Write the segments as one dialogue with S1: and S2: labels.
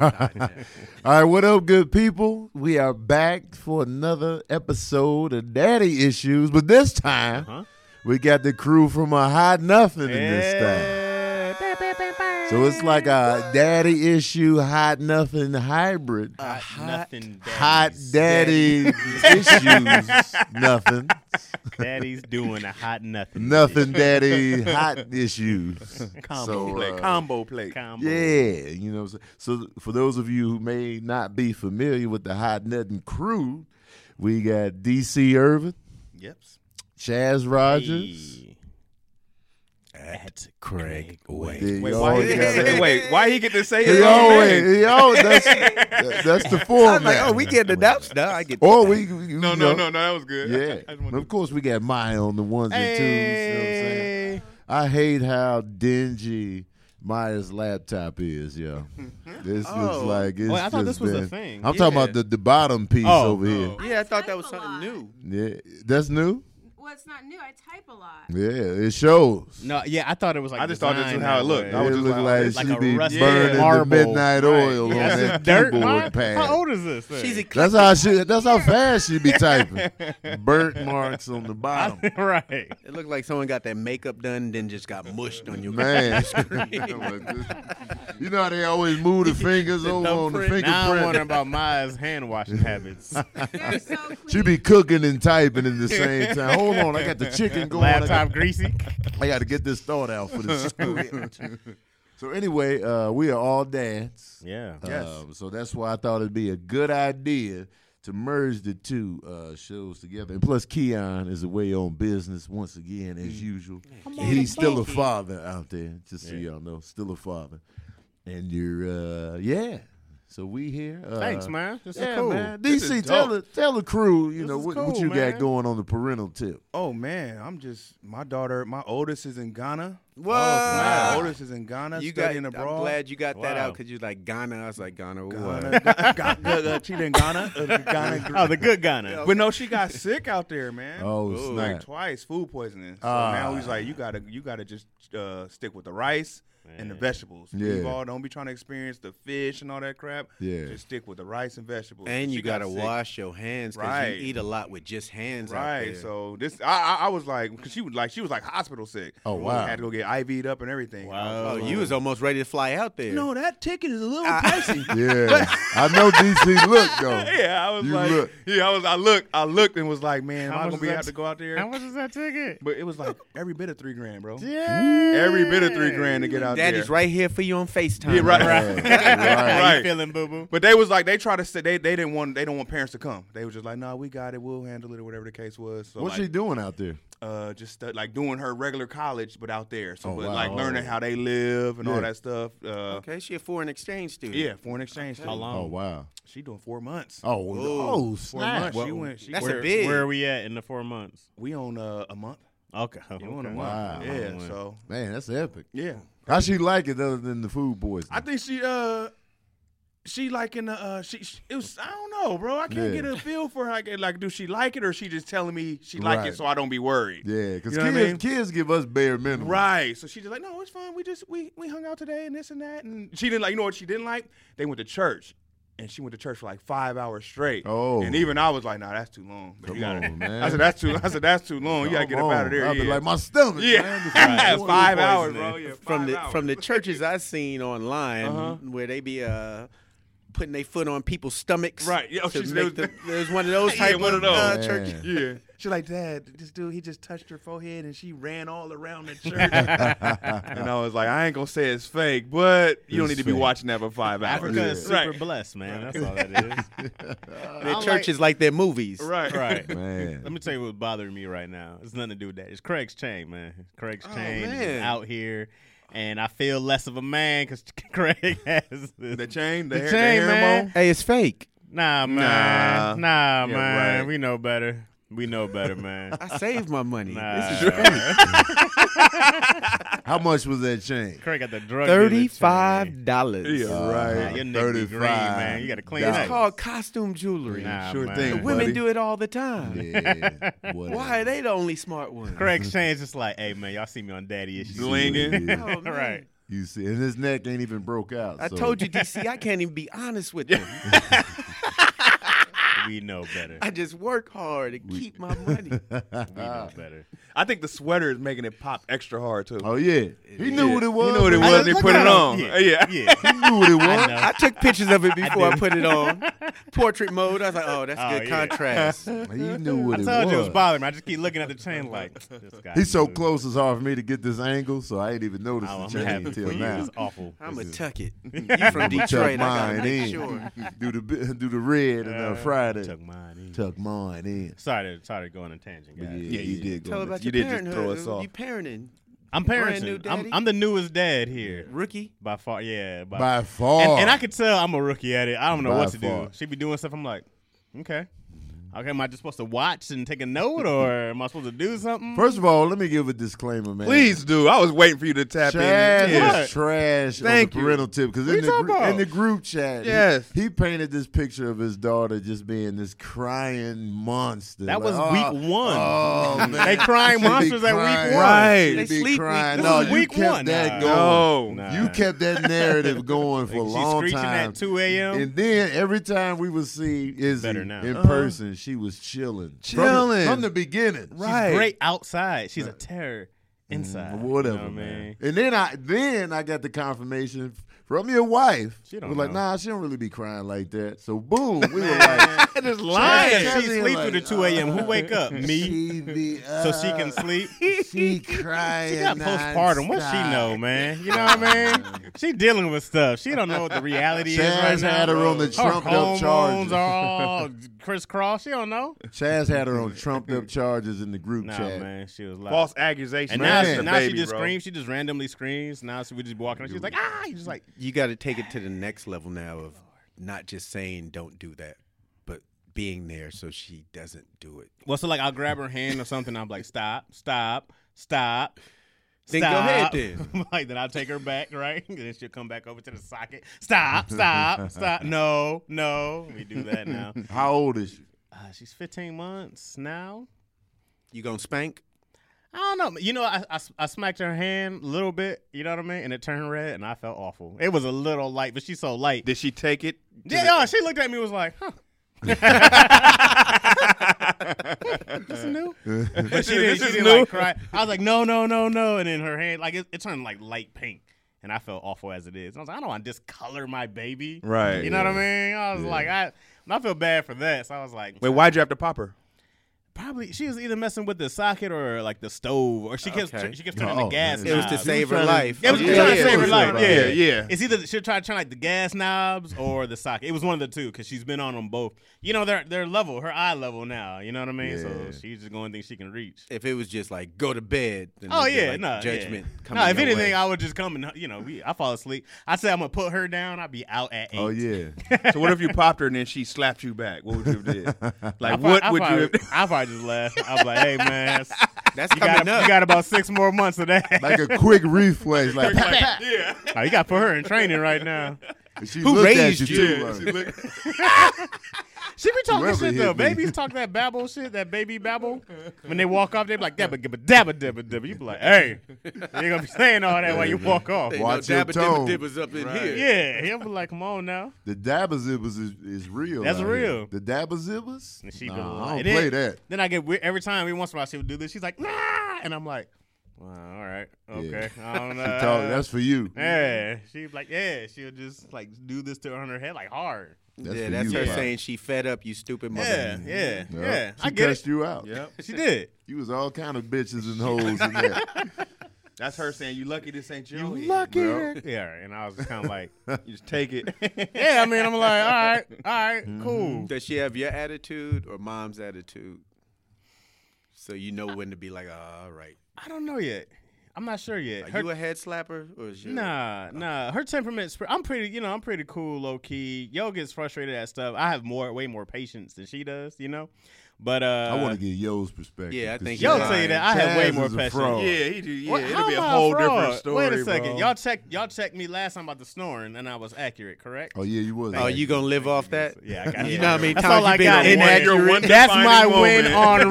S1: All right, what up, good people? We are back for another episode of Daddy Issues, but this time we got the crew from a hot nothing in this thing. So it's like a daddy issue, hot nothing hybrid.
S2: nothing.
S1: hot daddy issues, nothing.
S2: Daddy's doing a hot nothing.
S1: Nothing daddy, hot issues.
S2: Combo
S1: So,
S2: play.
S1: uh,
S2: combo play. Combo.
S1: Yeah, you know. what I'm saying? So for those of you who may not be familiar with the Hot Nothing crew, we got DC Irvin,
S2: Yep.
S1: Chaz Rogers.
S2: At Craig
S1: They
S2: Wade.
S1: all got
S3: he get to
S1: it.
S3: say- wait, why he get to say
S1: He
S3: his own name?
S1: always, he always, that's, that- that's the format.
S3: I'm like, oh, we getting adopted. No, I get.
S1: Or we, we- you
S3: No, no,
S1: know,
S3: no, no. That was good.
S1: Yeah,
S3: I, I just wanted
S1: of course we got Maya on the ones and twos. You know what I'm saying?
S2: Hey.
S1: I hate how dingy Maya's laptop is, yo. This looks
S2: Oh.
S1: like it's
S2: Well, I thought
S1: just
S2: this was a
S1: been-
S2: thing.
S1: I'm talking about
S2: Yeah.
S1: the, the bottom piece
S2: Oh,
S1: over here.
S2: oh.
S3: to- yeah, I thought that was something new.
S1: Yeah, that's new.
S4: Well, it's not new. I type a lot.
S1: Yeah, it shows.
S2: No, yeah, I thought it was like.
S3: I just thought this
S2: designed
S3: was how it
S2: that way.
S3: looked. I
S1: it
S3: was
S1: looked
S3: just
S1: like,
S3: like, oh, it's
S1: she
S2: like a
S1: be
S2: rusty
S1: burning the
S2: marble.
S1: midnight
S2: Right.
S1: oil
S2: Yeah,
S1: on
S2: that's
S1: that
S2: dirt,
S1: keyboard
S2: Maya?
S1: pad.
S2: How old is this? Thing?
S3: She's a
S1: That's how she. That's how fast she be typing. Burnt marks on the bottom.
S2: right.
S3: It looked like someone got their makeup done, then just got mushed on your
S1: Man,
S3: computer screen.
S1: you know how they always move the fingers over on the
S3: thumbprint.
S2: Now I'm wondering
S1: fingerprint.
S2: about Maya's hand washing habits.
S4: They're so clean.
S1: She be cooking and typing in the same time. Hold on, I got the chicken going. I got
S2: Laptop greasy.
S1: I got to get this thought out for the student. so anyway, uh, we are all dance.
S2: Yeah.
S5: Uh,
S1: Um, so that's why I thought it'd be a good idea to merge the two uh, shows together. And plus, Keon is away on business once again, as usual. He's still a father out there, just so y'all know, still a father. And you're, uh, yeah. So we here. Uh,
S2: Thanks, man. This
S1: yeah,
S2: is cool.
S1: man.
S3: This
S1: DC,
S3: is
S1: tell the
S3: dope.
S1: tell the crew, you
S3: This
S1: know
S3: is
S1: what, what
S3: cool,
S1: you got
S3: man.
S1: going on the parental tip.
S3: Oh man, I'm just my daughter. My oldest is in Ghana. What?
S1: wow.
S3: My oldest is in Ghana,
S6: you got,
S3: studying abroad.
S6: I'm glad you got that
S2: Wow.
S6: out because you like Ghana. I was like Ghana.
S3: Ghana,
S6: What?
S3: Ghana, Ghana, she in Ghana, uh, Ghana.
S2: Oh, the good Ghana.
S3: But no, she got sick out there, man.
S1: Oh, snap.
S3: like twice food poisoning. So
S1: Ah.
S3: now he's like, you gotta, you gotta just uh, stick with the rice and the vegetables.
S1: Yeah.
S3: Leave all- don't be trying to experience the fish and all that crap.
S1: Yeah.
S3: just stick with the rice and vegetables.
S6: And
S3: She
S6: you gotta
S3: got sick.
S6: wash your hands because
S3: Right.
S6: you eat a lot with just hands. Out
S3: Right,
S6: there.
S3: so this I, I I was like, cause she was like, she was like hospital sick.
S1: Oh, wow.
S3: had to go get IV'd up and everything.
S6: Oh, you was almost ready to fly out there.
S3: No, that ticket is a little pricey.
S1: Yeah, I know DC. Look though.
S3: yeah, I was
S1: You
S3: like,
S1: look.
S3: yeah, I was, I looked, I looked and was like, man, am
S2: How
S3: I
S2: much
S3: gonna
S2: is
S3: be
S2: that
S3: have
S2: t-
S3: to go out there?
S2: How much is that ticket?
S3: But it was like every bit of three grand, bro.
S2: Yeah.
S3: Every bit of three grand to get out
S6: Daddy's
S3: there.
S6: right here for you on Facetime.
S3: Yeah, right,
S1: Yeah,
S3: right.
S1: right.
S2: How you
S3: Right.
S2: feeling, boo boo?
S3: But they was like they try to say they, they didn't want they don't want parents to come. They was just like, no, nah, we got it, we'll handle it or whatever the case was. So
S1: What's
S3: like,
S1: she doing out there?
S3: uh, just uh, like doing her regular college, but out there. So
S1: Oh,
S3: but
S1: wow.
S3: like learning how they live and
S1: Yeah.
S3: all that stuff. Uh,
S6: Okay, she a foreign exchange student.
S3: Yeah, foreign exchange. How
S1: Oh wow.
S3: She doing four months.
S1: Oh, oh,
S3: four
S1: snap.
S3: months. she
S1: Well,
S3: went. She
S6: That's
S3: went-
S6: a big.
S2: Where are we at in the four months?
S3: We on uh, a month.
S2: Okay. okay.
S3: You on a month?
S1: Wow.
S3: Yeah. So
S1: Man, that's epic.
S3: yeah,
S1: How she like it other than the food boys?
S3: I think she uh. She like in the uh she, she it was I don't know bro I can't
S1: Yeah.
S3: get a feel for her like, like do she like it or she just telling me she like
S1: Right.
S3: it so I don't be worried
S1: yeah, because
S3: You know
S1: kids,
S3: what I mean?
S1: kids give us bare minimum.
S3: right so she just like no it's fine we just we we hung out today and this and that and she didn't like you know what she didn't like they went to church and she went to church for like five hours straight
S1: Oh.
S3: and even I was like nah that's too long
S1: Come
S3: You gotta-
S1: on, man.
S3: I said that's too I said that's too long you gotta get up out of there
S1: I'd be
S3: yeah.
S1: like, my stomach. man,
S3: Yeah,
S1: this is
S3: Yeah,
S1: food
S3: five
S1: poisoning.
S3: hours, bro. Yeah,
S6: From
S3: five
S6: the
S3: hours. Uh-huh.
S6: from the churches I seen online where they be uh putting their foot on people's stomachs.
S3: Right. Yeah, oh,
S6: to
S3: she said
S6: make
S3: it was-
S6: the, there's one of those
S3: Yeah,
S6: type of,
S3: one of those.
S6: uh,
S1: Man.
S6: churches.
S3: yeah. She's like, Dad, this dude, he just touched her forehead and she ran all around the church. and I was like, I ain't gonna say it's fake, but you don't
S1: It's
S3: need to be
S1: fake.
S3: watching that for five hours.
S2: Africa is super
S3: right.
S2: blessed, man. That's all that is.
S6: Their churches like their movies.
S3: Right.
S2: Right.
S1: Man.
S2: Let me tell you what's bothering me right now. It's nothing to do with that. It's Craig's chain, Oh, man. Craig's chain is
S6: man.
S2: out here.
S5: and I feel less of a man because Craig has this.
S3: The chain, the,
S5: The
S3: hair,
S5: chain,
S3: the hair
S5: man.
S6: Hey, it's fake.
S5: Nah, man. Nah,
S3: Yeah,
S5: man.
S3: right.
S5: We know better. We know better, man.
S6: I saved my money.
S5: Nah.
S6: This is fake.
S1: How much was that chain?
S5: Craig got the drug dealer chain.
S6: Thirty-five dollars.
S3: Yeah.
S5: Nah,
S1: Right,
S5: your neck be green, man. You gotta clean it
S6: It's
S5: up.
S6: called costume jewelry.
S5: Nah,
S1: Sure
S5: man.
S1: thing.
S6: Women
S1: Ah, buddy.
S6: do it all the time.
S1: Yeah, whatever.
S6: Why are they the only smart ones?
S5: Craig's chain's just like, hey, man, y'all see me on daddy issues.
S3: Blinging.
S1: Yeah.
S6: Oh, man.
S5: Right.
S1: You see, and his neck ain't even broke out.
S6: I
S1: so-
S6: told you, DC, I can't even be honest with you.
S5: We know better.
S6: I just work hard and keep my
S5: We
S6: money.
S5: know better.
S3: I think the sweater is making it pop extra hard too.
S1: Oh yeah, he knew what it was.
S3: He knew what it was. They
S1: Look
S3: put
S1: at
S3: it
S1: him.
S3: on.
S5: Yeah.
S3: Yeah, yeah.
S5: yeah.
S1: He knew what it
S5: I
S1: was.
S5: know.
S6: I took pictures of it before I, put it on. Portrait mode. I was like, oh, that's
S5: Oh,
S6: good
S5: yeah.
S6: contrast.
S1: He knew what
S5: I
S1: it
S5: told
S1: was.
S5: you it was bothering me. I just keep looking at the chain like this guy.
S1: He's so
S5: knew.
S1: close. It's hard for me to get this angle, so I ain't even noticed
S5: Oh,
S1: the
S5: I'm
S1: change
S5: happy for
S1: until
S5: you.
S1: now.
S5: It's awful.
S6: I'm going
S5: This
S6: to
S5: is-
S6: tuck it. You from
S1: Tuck
S6: Detroit. I got
S1: mine
S6: to
S1: in.
S6: make sure.
S1: do the bi- do the red and uh, Friday.
S5: Tuck mine in.
S1: Tuck mine in.
S5: Sorry to, sorry to go on a tangent, guys.
S1: Yeah,
S3: you did. Go
S6: Tell
S3: on
S6: about
S3: that. you
S6: your
S3: did just
S6: parenthood.
S3: throw us off.
S6: You parenting.
S5: I'm
S6: Brand new
S5: parenting. I'm,
S6: daddy?
S5: I'm the newest dad here.
S6: Rookie.
S5: By far, yeah. By,
S1: By
S5: And,
S1: far,
S5: and I could tell I'm a rookie at it. I don't know
S1: By
S5: what to
S1: far.
S5: do. She be doing stuff. I'm like, okay. Okay, am I just supposed to watch and take a note or am I supposed to do something?
S1: First of all, let me give a disclaimer, man.
S3: Please do. I was waiting for you to tap
S1: Chad
S3: in. Yeah.
S1: is trash
S3: Thank
S1: on
S3: you.
S1: the parental tip because
S5: you
S1: in, the
S5: talking
S1: gr-
S5: about?
S1: in the group chat, he-
S3: Yes.
S1: he, painted this picture of his daughter just being this crying monster.
S5: That
S1: Like,
S5: was
S1: oh,
S5: week one.
S1: Oh man,
S5: They crying
S1: She be
S5: monsters at week
S1: crying.
S5: one.
S3: Right.
S1: She
S6: They
S1: be
S6: sleep week-
S1: crying.
S5: this
S1: no,
S5: is
S1: you
S5: week
S1: kept
S5: one.
S1: that
S5: Nah.
S1: going.
S3: No.
S5: Nah.
S1: You kept that narrative going for a
S5: She's
S1: long
S5: screeching
S1: time.
S5: at 2 a.m.
S1: And then every time we would see Izzy
S5: Better now.
S1: in
S5: Uh-huh.
S1: person, she was chilling, From the-
S3: Chilling.
S1: from, the beginning.
S3: Right.
S5: She's great outside. She's a terror inside.
S1: Mm, Whatever,
S5: You know what I
S1: man.
S5: mean?
S1: And then I then I got the confirmation f- from your wife.
S5: She don't
S1: was like,
S5: know.
S1: nah, she don't really be crying like that. So boom, we were like,
S5: Just lying.
S1: Chad
S5: She
S1: is
S5: sleep
S1: like,
S5: through the 2 a.m. Who wake up? Me.
S1: She be
S5: So she can
S1: up.
S5: sleep.
S1: She crying.
S5: She got postpartum. What she
S1: nonstop.
S5: know, man? You know what I mean? She dealing with stuff. She don't know what the reality is right
S1: Chaz
S5: now.
S1: had her on the
S5: Her
S1: trumped up
S5: hormones
S1: charges.
S5: are all crisscross. She don't know.
S1: Chaz had her on trumped up charges in the group
S5: Nah,
S1: chat.
S5: man, she was like
S3: False accusation.
S5: And
S1: Man.
S5: now,
S3: That's the
S5: now
S3: baby,
S5: she just
S3: bro.
S5: screams. She just randomly screams. Now she, we just walking. She's like, ah. You just like,
S6: You got to take it to the next level now of not just saying don't do that, but being there so she doesn't do it.
S5: well, so like I'll grab her hand or something. I'm like, stop, stop, stop.
S6: Then go ahead,
S5: stop."
S6: then.
S5: like then I'll take her back, right? And then she'll come back over to the socket. Stop, stop, stop. No, no. We do that now.
S1: How old is she?
S5: Uh, she's 15 months now.
S6: You going to spank?
S5: I don't know. You know, I, I, I smacked her hand a little bit, you know what I mean? And it turned red, and I felt awful. It was a little light, but she's so light.
S3: Did she take it? to
S5: yeah, oh, she looked at me and was like, huh. This is new. But she didn't,
S3: This
S5: she
S3: is
S5: didn't
S3: new.
S5: like cry. I was like, no, no, no, no. And then her hand, like, it, it turned like light pink. And I felt awful as it is. And I was like, I don't want to discolor my baby.
S3: Right.
S5: You know what I mean? I was like, I, I feel bad for that. So I was like,
S3: Wait, why'd you have to pop her?
S5: Probably she was either messing with the socket or like the stove, or she kept
S6: Okay.
S5: she kept turning the
S1: Oh,
S5: gas.
S1: man.
S6: It was
S5: knobs.
S6: to save
S1: trying
S6: her
S1: to-
S6: life. Oh,
S5: It was
S1: Yeah,
S5: just trying
S1: yeah,
S5: to save her
S1: it's
S5: life.
S1: about
S5: Yeah,
S1: that.
S3: Yeah.
S5: It's either she'll try to turn like the gas knobs or the socket. It was one of the two because she's been on them both. You know, they're they're level, her eye level now. You know what I mean?
S1: Yeah.
S5: So she's just going things she can reach.
S6: If it was just like go to bed, then
S5: Oh
S6: it'd be
S5: yeah,
S6: like,
S5: no yeah.
S6: judgment. coming
S5: No, if
S6: your
S5: anything,
S6: way.
S5: I would just come and you know we, I fall asleep. I say I'm gonna put her down. I'd be out at eight.
S1: Oh yeah.
S3: So what if you popped her and then she slapped you back? What would you have did? Like
S5: Prob-
S3: what
S5: I
S3: would you
S5: probably,
S3: have
S5: I probably just laugh. I'm like, hey man, that's-
S6: that's
S5: you
S6: coming
S5: got
S6: up.
S5: you got about six more months of that.
S1: Like a quick reflex. Like,
S3: Yeah.
S5: Oh, you got to put her in training right now.
S1: she
S6: Who
S1: looked
S6: raised
S1: at you, too.
S6: you?
S1: like-
S5: She be talking
S1: Whoever
S5: shit
S1: hit
S5: though.
S1: me.
S5: Babies talk that babble shit, that baby babble. When they walk off, they be like dabba gibba dabba dabba dabba. You be like, hey, you ain't gonna be saying all that while you walk off.
S6: They
S1: Watch
S6: know
S1: your
S6: Dabba
S1: tone.
S6: Dibba Dibba's up in here.
S5: Yeah, he'll be like, come on now.
S1: The dabba zibbers is, is real.
S5: That's
S1: out here.
S5: real.
S1: The dabba zibbers?
S5: And she be
S1: Nah, I
S5: like,
S1: don't
S5: and then-
S1: play that.
S5: Then I get weird every time. Every once in a while, she would do this. She's like, nah, and I'm like, well, all right, okay, I don't know.
S1: She talk- that's for you.
S5: yeah, she be like, yeah, she'll just like do this to her on her head like hard.
S1: That's
S6: yeah,
S1: for
S6: that's
S1: you,
S6: her
S1: Pop.
S6: saying she fed up, you stupid mother.
S5: Yeah, yeah,
S1: Yep.
S5: yeah.
S1: She
S5: I get
S1: cussed
S5: it.
S1: you out.
S3: Yep.
S5: She did.
S1: You was all kind of bitches and hoes in there.
S3: That's her saying you lucky this ain't your You
S1: Bro.
S5: Yeah, and I was kind of like,
S3: You just take it.
S5: yeah, I mean, I'm like, all right, all right, cool.
S6: Does she have your attitude or mom's attitude? So you know when to be like, "Ah, all right.
S5: I don't know yet. I'm not sure yet.
S6: Are
S5: Her-
S6: you a head slapper or is your
S5: Nah, nah. Her temperament's. Pre- I'm pretty, you know, I'm pretty cool, low key. Yo gets frustrated at stuff. I have more, way more patience than she does, you know. But uh,
S1: I want to get Yo's perspective.
S6: Yeah, I think
S5: Yo
S6: Y'all
S5: tell you that
S1: Chaz
S5: I have way
S1: is
S5: more
S1: a
S5: patience.
S1: fraud.
S3: Yeah, he do. Yeah,
S5: Well,
S3: it'll
S5: how
S3: be a
S5: am I
S3: whole
S5: fraud?
S3: different story.
S5: Wait a second,
S3: bro.
S5: y'all check, y'all checked me last time about the snoring, and I was accurate, correct?
S1: Oh yeah, you was.
S6: Oh, you gonna live off that?
S5: Yeah, I got
S6: You
S5: it.
S6: know how many
S5: That's
S6: times
S5: all I
S6: you been
S5: got.
S6: on
S5: In
S6: one
S5: that-
S6: accurate?
S3: one
S5: That's my
S3: defining
S5: win
S3: moment.
S5: on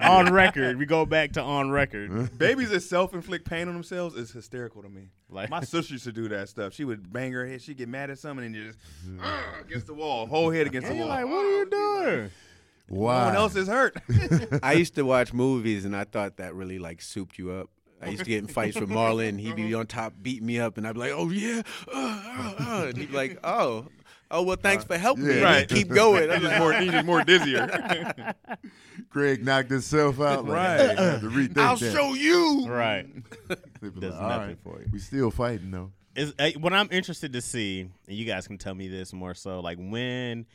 S1: Fine.
S5: on record, we go back to on record.
S3: Babies that self inflict pain on themselves is hysterical to me.
S5: Like-
S3: my sister used to do that stuff. She would bang her head. She'd get mad at something and just "Ugh," against the wall, whole head against the
S5: You're
S3: wall.
S5: like, what are you doing?
S1: Wow.
S3: No one else is hurt.
S6: I used to watch movies and I thought that really like souped you up. I used to get in fights with Marlon. He'd
S5: Uh-huh.
S6: be on top beating me up, and I'd be like, "Oh yeah," uh, uh, uh," and he'd be like, "Oh, oh well, thanks for helping me."
S1: yeah.
S6: Right.
S3: Right.
S6: Keep going.
S3: He's
S6: I'm
S3: just
S6: like,
S3: more, he's just more dizzier.
S1: Craig knocked himself out. Like,
S3: Right.
S1: "Uh-uh," to rethink
S6: I'll
S1: that.
S6: show you.
S5: Right.
S1: They be
S5: Does
S1: "All
S5: nothing for you."
S1: We still fighting though.
S5: is uh, what I'm interested to see, and you guys can tell me this more so, like when,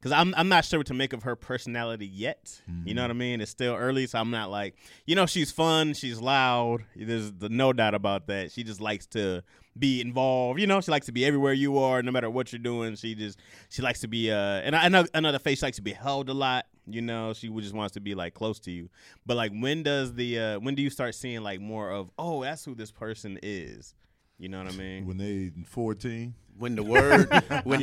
S5: because I'm I'm not sure what to make of her personality yet. You know what I mean? It's still early, so I'm not like, you know, she's fun, she's loud. There's the, no doubt about that. She just likes to be involved. You know, she likes to be everywhere you are, no matter what you're doing. She just she likes to be uh, and I, I know another face she likes to be held a lot. You know, she would- just wants to be like close to you. But like, when does the uh, when do you start seeing like more of oh, that's who this person is? You know what I mean?
S1: When they fourteen.
S6: When the word, when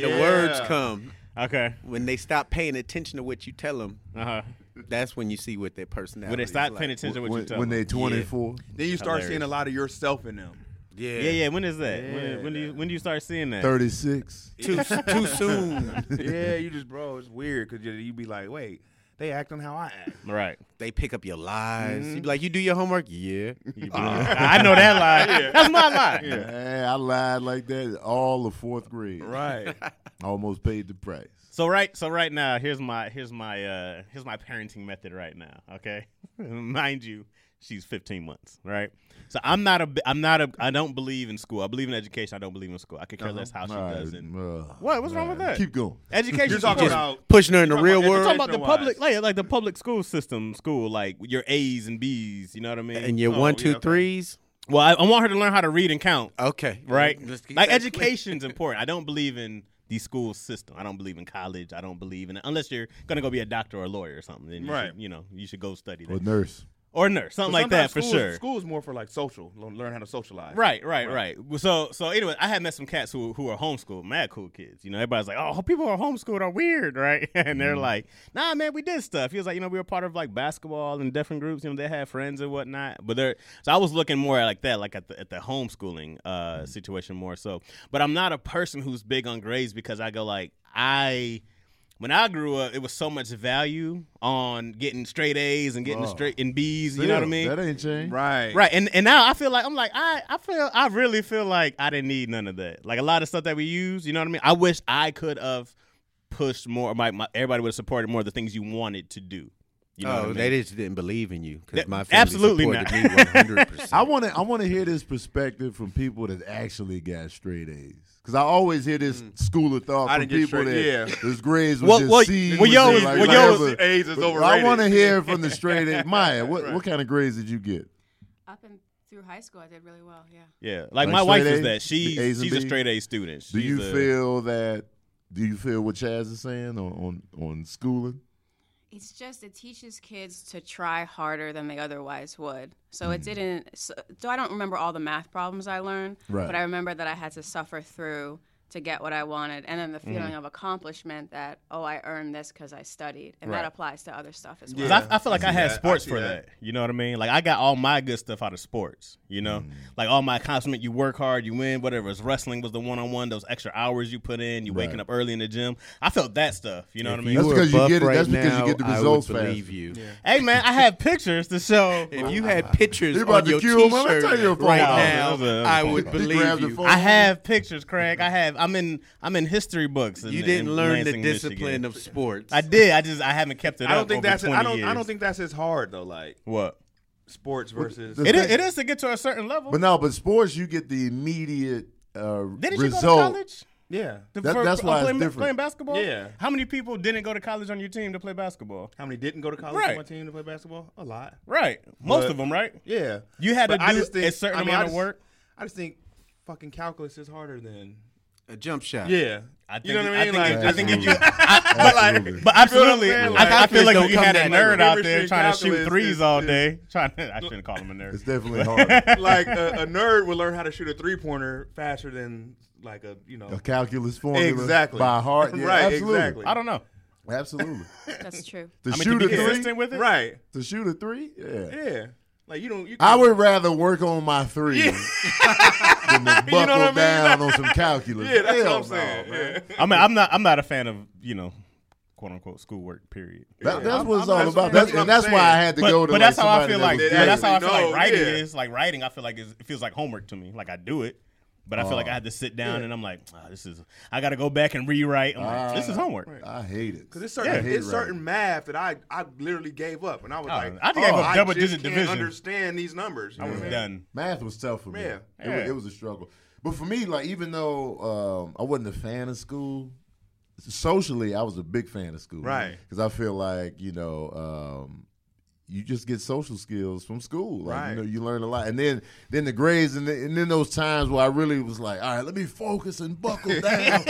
S6: the words
S3: Yeah.
S6: come,
S5: Okay.
S6: when they stop paying attention to what you tell them,
S5: Uh huh.
S6: that's when you see what their personality.
S5: When they
S6: is
S5: stop
S6: like.
S5: paying attention to what
S1: when
S5: you tell
S1: when they
S5: them.
S1: twenty four.
S3: then you start
S5: Hilarious.
S3: seeing a lot of yourself in them.
S6: Yeah,
S5: Yeah, yeah. When is that? When, when do you when do you start seeing that?
S1: Thirty six.
S6: Too too soon.
S3: yeah, you just, bro, it's weird because you, you be like, wait, they acting how I act.
S5: Right.
S6: They pick up your lies.
S5: Mm-hmm.
S6: You be like, you do your homework. Yeah.
S5: Ah, I know that lie. That's my lie.
S1: Hey, I lied like that all of fourth grade.
S3: Right.
S1: I almost paid the price.
S5: So right, so right now, here's my here's my uh here's my parenting method right now. Okay, mind you, she's 15 months, right? So I'm not a bi- I'm not a I don't believe in school. I believe in education. I don't believe in school. I could care less how she
S6: Uh-huh.
S1: All right,
S5: does it.
S1: uh,
S5: What? What's wrong with that?
S1: Keep going.
S5: Education.
S3: You're talking
S5: Just-
S3: about.
S6: Pushing her in the real
S3: about
S6: world.
S5: talking about the
S3: Education-wise.
S5: public, like, like the public school system, school, like your A's and B's. You know what I mean?
S6: and your
S3: Oh,
S6: one,
S3: yeah,
S6: two,
S3: okay.
S6: threes.
S5: well, I, I want her to learn how to read and count.
S6: Okay.
S5: right?
S6: Let's keep
S5: Like
S6: that clear.
S5: education's important. I don't believe in the school system. I don't believe in college. I don't believe in unless you're gonna go be a doctor or a lawyer or something. Then you
S3: Right.
S5: Should, you know, you should go study that.
S1: Or nurse.
S5: or a nurse, something
S3: But
S5: like that
S3: sometimes
S5: for
S3: schools-
S5: sure.
S3: School's more for like social, learn learn how to socialize.
S5: Right, right, right, Well, So, so anyway, I had met some cats who who are homeschooled, mad cool kids. You know, everybody's like, "Oh, people who are homeschooled are weird," right? And
S1: Mm-hmm.
S5: they're like, "Nah, man, we did stuff." He was like, "You know, we were part of like basketball and different groups. You know, they had friends and whatnot." But they're so I was looking more at like that, like at the at the homeschooling uh,
S1: Mm-hmm.
S5: situation more so. But I'm not a person who's big on grades because I go like I when I grew up, it was so much value on getting straight A's and getting
S1: Oh.
S5: straight and B's. you know what I
S1: Still,
S5: mean?
S1: That ain't changed.
S3: Right.
S5: Right. And and now I feel like I'm like I I feel I really feel like I didn't need none of that. Like a lot of stuff that we use, you know what I mean? I wish I could have pushed more my, my everybody would have supported more of the things you wanted to do. You know
S6: oh,
S5: what I mean?
S6: they just didn't believe in you because
S5: That-
S6: my family
S5: absolutely not.
S6: supported me one hundred percent.
S1: I want to. I want to hear this perspective from people that actually got straight A's. Because I always hear this
S5: Mm.
S1: school of thought
S3: I
S1: from
S3: didn't get
S1: people
S3: straight-
S1: that
S3: yeah.
S1: his grades were
S5: Well,
S1: just
S5: well,
S1: C's.
S5: well,
S1: and
S5: yo
S1: shit
S5: is-
S1: like
S5: well, yo is-
S1: whatever.
S3: A's is
S1: But I
S3: overrated.
S1: want to hear from the straight A's. Maya, what, what kind of grades did you get?
S4: Up and through high school, I did really well. Yeah.
S5: yeah. Like,
S1: Like
S5: my wife
S1: straight
S5: is
S1: A's?
S5: that. She
S1: The A's and
S5: she's a
S1: B's?
S5: straight A student.
S1: Do
S5: She's
S1: you
S5: a-
S1: feel that? Do you feel what Chaz is saying on on, on schooling?
S4: It's just it teaches kids to try harder than they otherwise would. So
S1: Mm.
S4: it didn't. So, so I don't remember all the math problems I learned,
S1: Right.
S4: but I remember that I had to suffer through to get what I wanted, and then the
S1: Mm.
S4: feeling of accomplishment that oh I earned this because I studied, and
S5: Right.
S4: that applies to other stuff as well.
S5: 'Cause I, I feel like I, had sports for that. You know what I mean? Like I got all my good stuff out of sports. You know,
S1: Mm.
S5: like all my accomplishment. You work hard, you win. Whatever. It's wrestling was the one on one. Those extra hours you put in. You waking up early in the gym. I felt that stuff. You know what I mean?
S1: That's
S6: were
S1: because you
S6: buff
S1: get it-
S6: Right
S1: that's because you
S6: now,
S1: get the
S6: I would
S1: results
S6: believe
S1: faster.
S6: you.
S5: hey man, I have pictures to show.
S6: If you had pictures
S1: He about
S6: on
S1: to
S6: your
S1: kill him. Let me
S6: T-shirt
S1: tell you a phone
S6: right
S1: call.
S6: now,
S5: That was a-
S6: I would
S1: He grabbed
S6: believe
S1: the
S6: you.
S1: phone.
S5: I have pictures, Craig. I have. I'm in. I'm in history books. in-
S6: You
S5: in
S6: didn't learn the
S5: Lansing,
S6: discipline
S5: Michigan.
S6: of sports.
S5: I did. I just. I haven't kept it.
S3: I
S5: up
S3: don't think
S5: over
S3: that's.
S5: 20
S3: I don't.
S5: Years.
S3: I don't think that's as hard though. Like
S5: What?
S3: sports versus.
S1: the-
S5: It is, it is to get to a certain level.
S1: But no, but sports you get the immediate uh,
S5: Didn't
S1: result.
S5: you go to college?
S3: Yeah.
S1: That- that's why it's
S2: uh, playing,
S1: different.
S2: Playing basketball.
S3: Yeah.
S2: How many people didn't go to college on your team to play basketball?
S3: How many didn't go to college
S2: Right.
S3: on my team to play basketball? A lot.
S2: Right. Most
S3: But-
S2: of them. Right.
S3: Yeah.
S2: You had to
S3: But I
S2: do
S3: just think-
S2: a certain
S3: I mean, I
S2: amount of
S3: just-
S2: work.
S3: I just think fucking calculus is harder than
S6: A jump shot.
S3: yeah.
S2: I think,
S3: you know what I mean?
S2: I think,
S3: like,
S2: I think if you,
S1: Absolutely.
S2: I,
S1: Absolutely.
S2: but, but absolutely,
S3: You know what I'm saying?
S2: I, I feel like
S6: Like,
S2: if you had a
S6: calculus don't
S2: nerd
S6: come
S2: out
S3: that-
S2: there
S3: like,
S2: trying to shoot
S3: calculus
S2: threes
S3: is-
S2: all
S3: is-
S2: day, trying to, I shouldn't call him a
S1: It's
S2: nerd.
S1: definitely hard.
S3: like a, a nerd would learn how to shoot a three pointer faster than like a you know.
S1: a calculus formula
S3: Exactly.
S1: by heart. Yeah,
S3: Right,
S1: absolutely.
S3: exactly.
S2: I don't know.
S1: Absolutely.
S4: That's true.
S1: To
S2: I mean,
S1: shoot
S2: to
S1: a
S2: be
S1: three.
S2: consistent with it,
S3: Right.
S1: To shoot a three. Yeah.
S3: Yeah. Like you don't. You
S1: I would rather work on my three than to buckle
S3: what I mean?
S1: down on some calculus.
S3: Yeah, that's
S1: Hell
S3: what I'm
S1: no,
S3: saying.
S1: man.
S3: Yeah.
S2: I mean, I'm not. I'm not a fan of you know, quote unquote schoolwork. Period.
S1: That, that's
S3: I'm-
S1: what it's
S3: I'm-
S1: all
S3: that's
S1: about.
S3: what
S1: That's,
S3: I'm
S1: and that's why I
S3: saying.
S1: had to
S2: But,
S1: go to
S2: but
S1: like,
S2: that's how I
S1: somebody
S2: feel
S1: that
S2: like. But
S1: was
S3: that
S1: good.
S2: that's how I feel
S3: actually
S2: like
S3: knows,
S2: writing
S3: yeah.
S2: is. Like writing, I feel like is, it feels like homework to me. Like I do it, but I feel like I had to sit down and I'm like, ah, this is. I got to go back and rewrite. I'm like, this
S1: Ah,
S2: is homework.
S1: I hate it.
S3: Because it's
S1: I
S3: certain,
S1: hate
S3: it's
S1: writing.
S3: certain math that I, I literally gave up. And I was
S2: Oh,
S3: like,
S2: I think I
S3: oh,
S2: go double
S3: just
S2: digit
S3: can't
S2: division.
S3: understand these numbers. You
S2: I
S3: know
S2: was
S3: what I'm saying?
S2: done.
S1: Math was tough for me.
S3: Yeah.
S1: It, wa-
S2: Yeah.
S1: it was a struggle. But for me, like even though um, I wasn't a fan of school, socially I was a big fan of school.
S3: Right.
S1: Because I feel like you know. Um, you just get social skills from school, like,
S3: Right.
S1: You know, you learn a lot, and then then the grades, and, the, and then those times where I really was like, all right, let me focus and buckle down.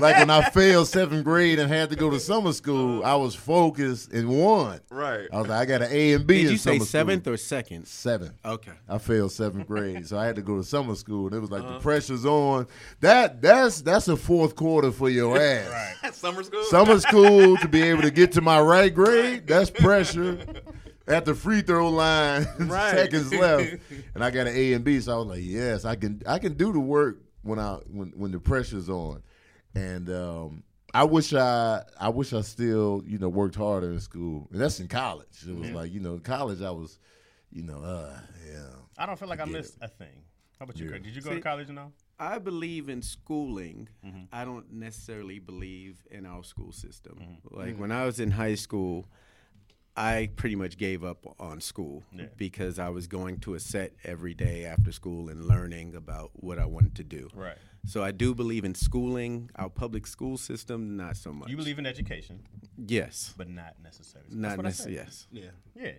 S1: like when I failed seventh grade and had to go to summer school, I was focused and won.
S3: Right.
S1: I was like, I got an A and B.
S6: Did
S1: in
S6: you say
S1: summer school.
S6: seventh or second?
S1: Seventh.
S6: Okay.
S1: I failed seventh grade, so I had to go to summer school, and it was like the pressure's on. That that's that's a fourth quarter for your ass.
S3: Summer school?
S1: Summer school to be able to get to my right grade, that's pressure. At the free throw line,
S3: Right.
S1: seconds left, and I got an A and B, so I was like, yes, I can I can do the work when I when when the pressure's on, and um, I wish I I wish I still you know worked harder in school, and that's in college. It was like you know in college I was, you know, uh, yeah.
S2: I don't feel like I missed a thing. How about you, Craig? Did you go to college? You know.
S6: I believe in schooling.
S2: Mm-hmm.
S6: I don't necessarily believe in our school system.
S2: Mm-hmm.
S1: Mm.
S6: Like when I was in high school, I pretty much gave up on school because I was going to a set every day after school and learning about what I wanted to do.
S2: Right.
S6: So I do believe in schooling. Our public school system, not so much.
S2: You believe in education,
S6: Yes.
S2: but not necessarily.
S6: Not necessarily. Yes.
S3: Yeah.
S2: Yeah.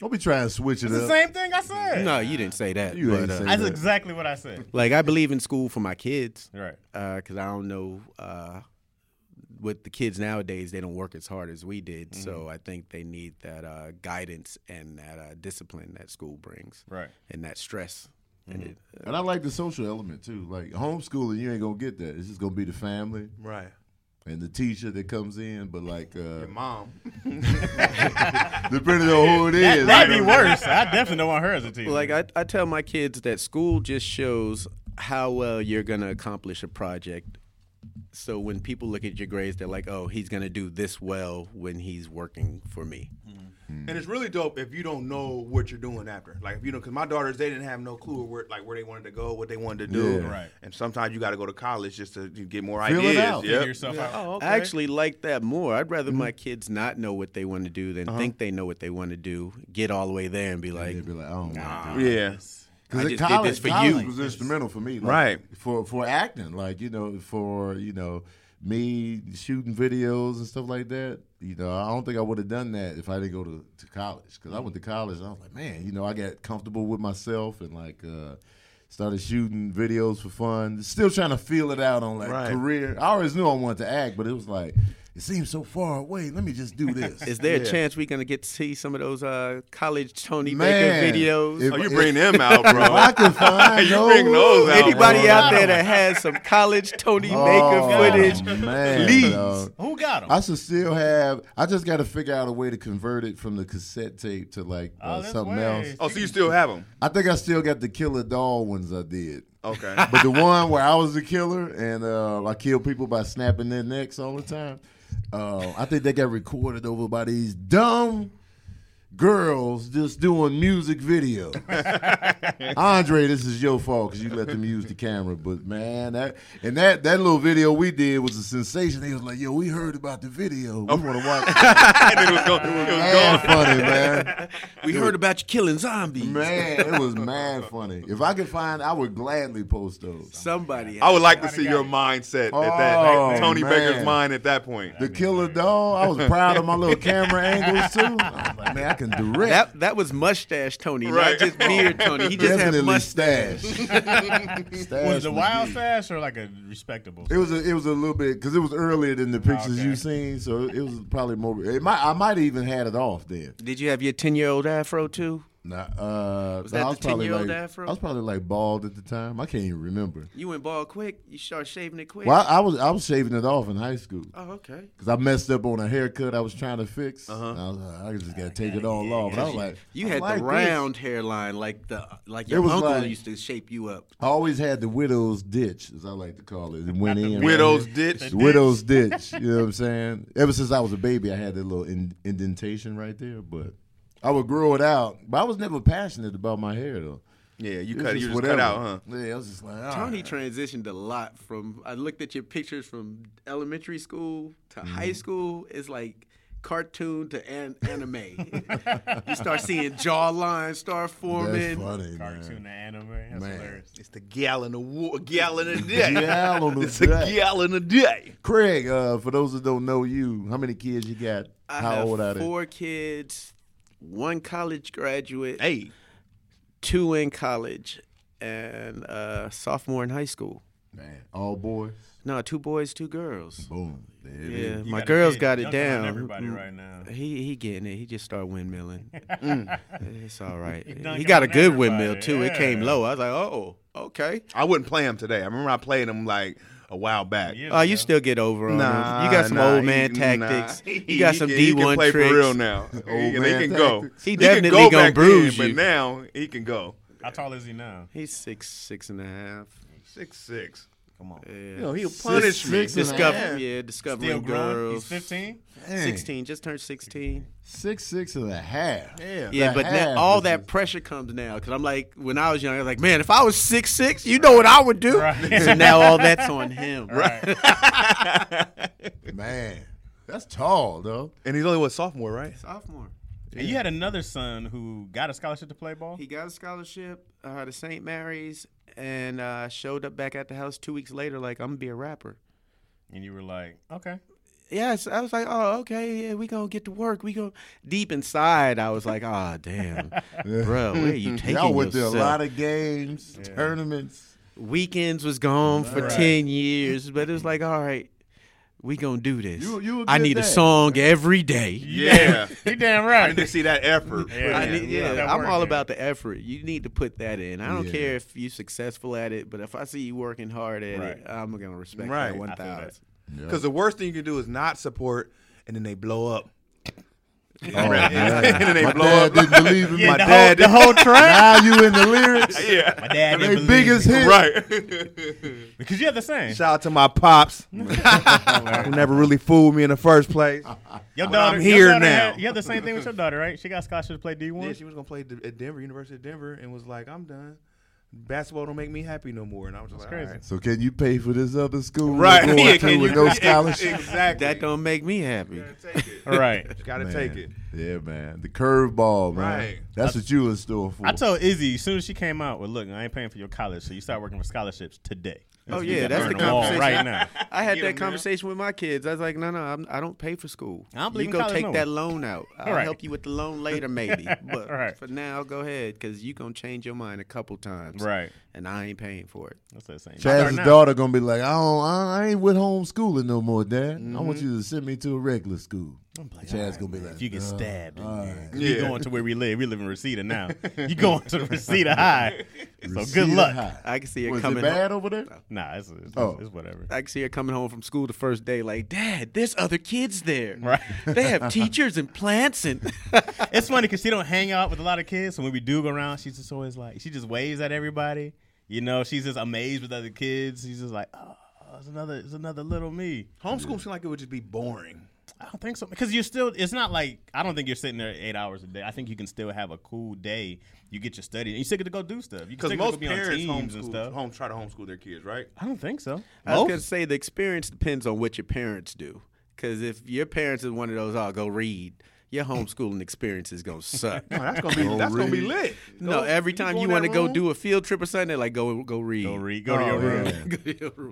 S1: Don't be trying to switch it
S2: It's the
S1: up.
S2: same thing I said.
S6: No, you didn't say that.
S1: You
S6: but,
S1: ain't
S6: uh,
S1: say
S2: That's
S1: that.
S2: exactly what I said.
S6: Like I believe in school for my kids.
S2: Right.
S6: because I don't know uh, with the kids nowadays, they don't work as hard as we did. So I think they need that uh, guidance and that uh, discipline that school brings,
S2: Right.
S6: And that stress. And it,
S1: And I like the social element too. Like homeschooling, you ain't gonna get that. It's just gonna be the family
S3: Right.
S1: and the teacher that comes in. But like, uh,
S3: Mom.
S1: depending on who it is,
S2: That'd
S1: you
S2: be
S1: know,
S2: worse. I definitely don't want her as a
S5: Mm-hmm.
S2: teacher.
S6: like I, I tell my kids that school just shows how well you're gonna accomplish a project. So when people look at your grades, they're like, "Oh, he's gonna do this well when he's working for me."
S3: And it's really dope if you don't know what you're doing after. Like if you don't, because my daughters they didn't have no clue where like where they wanted to go, what they wanted to do.
S1: Yeah.
S2: Right.
S3: And sometimes you got to go to college just to you get more
S1: Feel it
S3: ideas.
S1: out.
S3: Yep.
S2: Figure yourself out.
S5: oh,
S6: I actually like that more. I'd
S1: Mm-hmm.
S6: rather my kids not know what they want to do
S1: Uh-huh.
S6: than think they know what they want to do, get all the way there and be like,
S1: They'd be like, I don't want to do
S3: Yeah.
S6: I
S1: Because
S6: just did
S1: college,
S6: this for you.
S1: college was instrumental for me, like,
S3: Right.
S1: For for acting, like you know, for you know, me shooting videos and stuff like that. You know, I don't think I would have done that if I didn't go to, to college. Because I went to college, and I was like, man, you know, I got comfortable with myself and like. uh Started shooting videos for fun. Still trying to feel it out on like
S3: Right.
S1: career. I always knew I wanted to act, but it was like it seems so far away. Let me just do this.
S6: Is there a chance we're gonna get to see some of those uh, college Tony
S1: Man,
S6: Baker videos?
S1: if-
S3: Oh, you bring them out, bro.
S1: I can find
S3: You bring those out,
S6: Anybody
S3: bro.
S6: out there that has some college Tony
S1: Oh,
S6: Baker footage,
S1: man,
S6: please.
S1: dog.
S2: Who got him?
S1: I should still have. I just got to figure out a way to convert it from the cassette tape to like uh,
S2: there's
S1: something
S2: ways.
S1: else.
S3: Oh, so you still have them?
S1: I think I still got the Killer Doll ones I did,
S3: Okay.
S1: but the one where I was the killer and uh, I killed people by snapping their necks all the time. Uh, I think they got recorded over by these dumb girls just doing music videos. Andre, this is your fault because you let them use the camera. But man, that and that that little video we did was a sensation. They was like, "Yo, we heard about the video. We want to watch." it."
S3: And it was going. It was
S1: Man, funny, man.
S6: We heard about you killing zombies.
S1: Man, it was mad funny. If I could find, I would gladly post those.
S6: Somebody.
S3: I would like to see your mindset at that.
S1: Oh,
S3: Tony Baker's
S1: man.
S3: mind at that point.
S1: The Killer Doll. I was proud of my little camera angles too. I was like, man, I can direct.
S6: that that was mustache Tony,
S3: Right.
S6: not just beard Tony. He just had
S1: Definitely
S6: mustache.
S1: stash. Stash
S5: Was it a
S1: would
S5: wild
S1: be-
S5: stash or like a respectable?
S1: It was a, it was a little bit because it was earlier than the pictures you seen, so it was probably more. It might I might even had it off then.
S6: Did you have your ten year old afro too?
S1: Nah, uh,
S6: Was
S1: nah,
S6: that
S1: I was
S6: the
S1: probably
S6: 10-year-old
S1: like
S6: afro?
S1: I was probably like bald at the time. I can't even remember.
S6: You went bald quick. You start shaving it quick.
S1: Well, I, I was I was shaving it off in high school
S6: Oh, okay.
S1: because I messed up on a haircut I was trying to fix.
S6: Uh-huh.
S1: And I was like, I just gotta take it all off. And I was like,
S6: You
S1: I
S6: had
S1: like
S6: the
S1: this.
S6: round hairline, like the like your
S1: It was
S6: uncle
S1: like-
S6: used to shape you up.
S1: I always had the widow's ditch, as I like to call it. It went in.
S3: Widow's ditch.
S1: The widow's ditch. You know what I'm saying? Ever since I was a baby, I had that little in- indentation right there, but I would grow it out. But I was never passionate about my hair though.
S3: Yeah, you
S1: It was
S3: cut. You just cut
S1: whatever.
S3: out, huh?
S1: Yeah, I was just like, ah, all
S6: Tony
S1: right.
S6: transitioned a lot from. I looked at your pictures from elementary school to
S1: Mm-hmm.
S6: high school. It's like cartoon to an- anime. you start seeing jaw lines start
S1: That's
S6: forming.
S1: funny,
S5: Cartoon
S1: man.
S5: to anime. That's
S1: Man.
S5: hilarious.
S3: It's the gallon of war, gallon a day.
S1: Gal on the
S3: it's a
S1: day.
S3: gallon a day.
S1: Craig, uh, for those that don't know you, how many kids you got?
S6: I
S1: how
S6: have
S1: old are they?
S6: four kids, one college graduate,
S3: Hey,
S6: two in college, and uh, sophomore in high school.
S1: Man, all boys.
S6: No, two boys, two girls.
S1: Boom. There it is.
S6: Yeah,
S5: You
S6: my
S5: a
S6: girls
S5: kid
S6: got it
S5: younger than
S6: down.
S5: Everybody
S6: Mm.
S5: right now.
S6: He he getting it. He just started windmilling.
S3: Mm.
S6: It's all right. he
S5: dunking
S6: got a
S5: on
S6: good windmill
S5: everybody,
S6: too. It came
S5: yeah.
S6: low. I was like, oh, okay.
S3: I wouldn't play him today. I remember I played him like a while back.
S5: Yeah.
S6: Oh, you still get over on him.
S3: Nah,
S6: You got some
S3: nah,
S6: old man
S3: he-
S6: tactics.
S3: nah.
S6: You got
S3: He
S6: some
S3: can-
S6: D
S3: He
S6: one
S3: can play
S6: tricks.
S3: for real now. Old
S1: Old
S3: he,
S1: man
S3: can go.
S1: tactics.
S6: He
S3: can
S6: definitely
S3: go
S6: gonna
S3: back
S6: bruise
S3: then,
S6: you.
S3: But now he can go.
S5: How tall is he now?
S6: He's six six and a half.
S3: Six six.
S5: Come on.
S6: Yeah.
S3: Yo, he'll punish me.
S1: six and a
S6: Discover,
S1: half.
S6: yeah, discovering
S5: Still grown. He's
S6: girls.
S5: 15.
S1: Dang.
S6: Sixteen, just turned sixteen.
S1: Six, six and a half. Yeah.
S6: Yeah, but now all that pressure comes now because I'm like, when I was young, I was like, man, if I was six six, you know what I would do.
S5: Right.
S6: So now all that's on him.
S5: Right.
S1: Man, that's tall, though.
S3: And he's only what sophomore, right?
S6: Sophomore.
S5: And you had another son who got a scholarship to play ball.
S6: He got a scholarship uh, to St. Mary's and uh, showed up back at the house two weeks later, like, I'm going to be a rapper.
S5: And you were like, okay.
S6: Yes, I was like, oh, okay, yeah, we gonna get to work. We go deep inside. I was like, ah, damn, bro, where you taking
S1: Y'all went
S6: yourself?
S1: to a lot of games, tournaments.
S6: Weekends was gone for ten years, but it was like, all right, we gonna do this.
S1: You- you a
S6: I
S1: good
S6: need a
S1: dad.
S6: song every day.
S3: Yeah.
S5: You damn
S3: I
S5: right.
S3: didn't see that effort.
S5: Yeah.
S6: I need,
S5: yeah,
S6: yeah,
S5: that
S6: I'm
S5: work,
S6: all
S5: yeah.
S6: about the effort. You need to put that in. I don't
S1: Yeah.
S6: care if you're successful at it, but if I see you working hard at it,
S5: Right.
S6: I'm gonna respect
S3: Right.
S6: that one
S5: I feel that.
S6: thousand.
S3: Because the worst thing you can do is not support, and then they blow up.
S1: Oh,
S3: and
S1: man.
S3: then they
S1: My
S3: blow
S1: dad
S3: up.
S1: didn't believe in
S3: My
S1: my
S3: dad.
S5: The whole track.
S1: Now you in the lyrics.
S3: yeah.
S5: My dad
S1: They
S5: didn't believe
S1: biggest
S5: me.
S1: hit.
S3: Right.
S5: Because you have the same.
S3: Shout out to my pops, who never really fooled me in the first place.
S5: Your
S3: But
S5: daughter, your
S3: I'm here
S5: daughter
S3: now.
S5: had- you had the same thing with your daughter, right? She got scholarship to play D one.
S3: Then she was gonna play at Denver University of Denver, and was like, "I'm done. Basketball don't make me happy no more." And I was just like,
S5: crazy.
S1: So can you pay for this other school? you're
S3: "Right,
S1: going
S3: yeah,
S1: to
S3: can
S1: with
S3: you
S1: no
S3: ex-
S1: scholarship.
S3: Exactly.
S6: That don't make me happy.
S3: Take it.
S5: All right.
S3: Gotta
S1: Man.
S3: take it.
S1: Yeah, man. The curveball, man.
S3: Right.
S1: That's what you in store for.
S5: I told Izzy as soon as she came out, well, look, I ain't paying for your college, so you start working for scholarships today.
S6: Oh,
S5: You
S6: yeah,
S5: gotta
S6: that's
S5: earn
S6: the
S5: them all
S6: conversation.
S5: right now.
S6: I had
S3: Get 'em,
S6: that
S3: man.
S6: conversation with my kids. I was like, no, no, I'm, I don't pay for school.
S5: I don't believe
S6: you
S5: in
S6: go
S5: college,
S6: take
S5: no.
S6: that loan out. I'll
S5: Right.
S6: help you with the loan later, maybe. But
S5: Right.
S6: for now, go ahead because you gonna change your mind a couple times.
S5: Right.
S6: And I ain't paying for it.
S5: That's that same.
S1: Chaz's daughter gonna be like, I don't, I I ain't with homeschooling no more, Dad. I want
S5: Mm-hmm.
S1: you to send me to a regular school. Chaz gonna be like,
S5: If you get
S1: "Nah."
S5: stabbed, in
S1: all
S5: there,
S1: right.
S5: 'cause you
S3: Yeah.
S5: going to where we live. We live in Reseda now. You going to Reseda High. So
S1: Receive
S5: good
S1: it
S5: luck.
S1: high.
S6: I can see her
S1: Was it
S6: coming.
S1: bad
S6: Home.
S1: over there?
S5: Nah, it's, it's,
S1: Oh.
S5: it's whatever.
S6: I can see her coming home from school the first day, like, Dad, there's other kids there.
S5: Right.
S6: They have teachers and plants and.
S5: It's funny because she don't hang out with a lot of kids. So when we do go around, she's just always like, she just waves at everybody. You know, she's just amazed with other kids. She's just like, oh, it's another, it's another little me.
S3: Homeschool seemed like it would just be boring.
S5: I don't think so because you're still. It's not like I don't think you're sitting there eight hours a day. I think you can still have a cool day. You get your study. and You still get to go do stuff. You can
S3: Because
S5: still get
S3: most
S5: to go be
S3: parents
S5: on teams and
S3: homeschool,
S5: stuff.
S3: home try to homeschool their kids, right?
S5: I don't think so.
S6: I was
S5: Most?
S6: gonna say the experience depends on what your parents do. Because if your parents is one of those, oh, go read. Your homeschooling experience is gonna suck.
S5: Oh,
S3: No, that's gonna be that's gonna be lit.
S6: no,
S3: Go-
S6: every
S3: go
S6: time
S3: in
S6: you
S3: that
S6: want to go
S3: room.
S6: do a field trip or something, they're like go go read.
S5: Go read. Go to your
S1: Oh,
S5: room.
S1: yeah.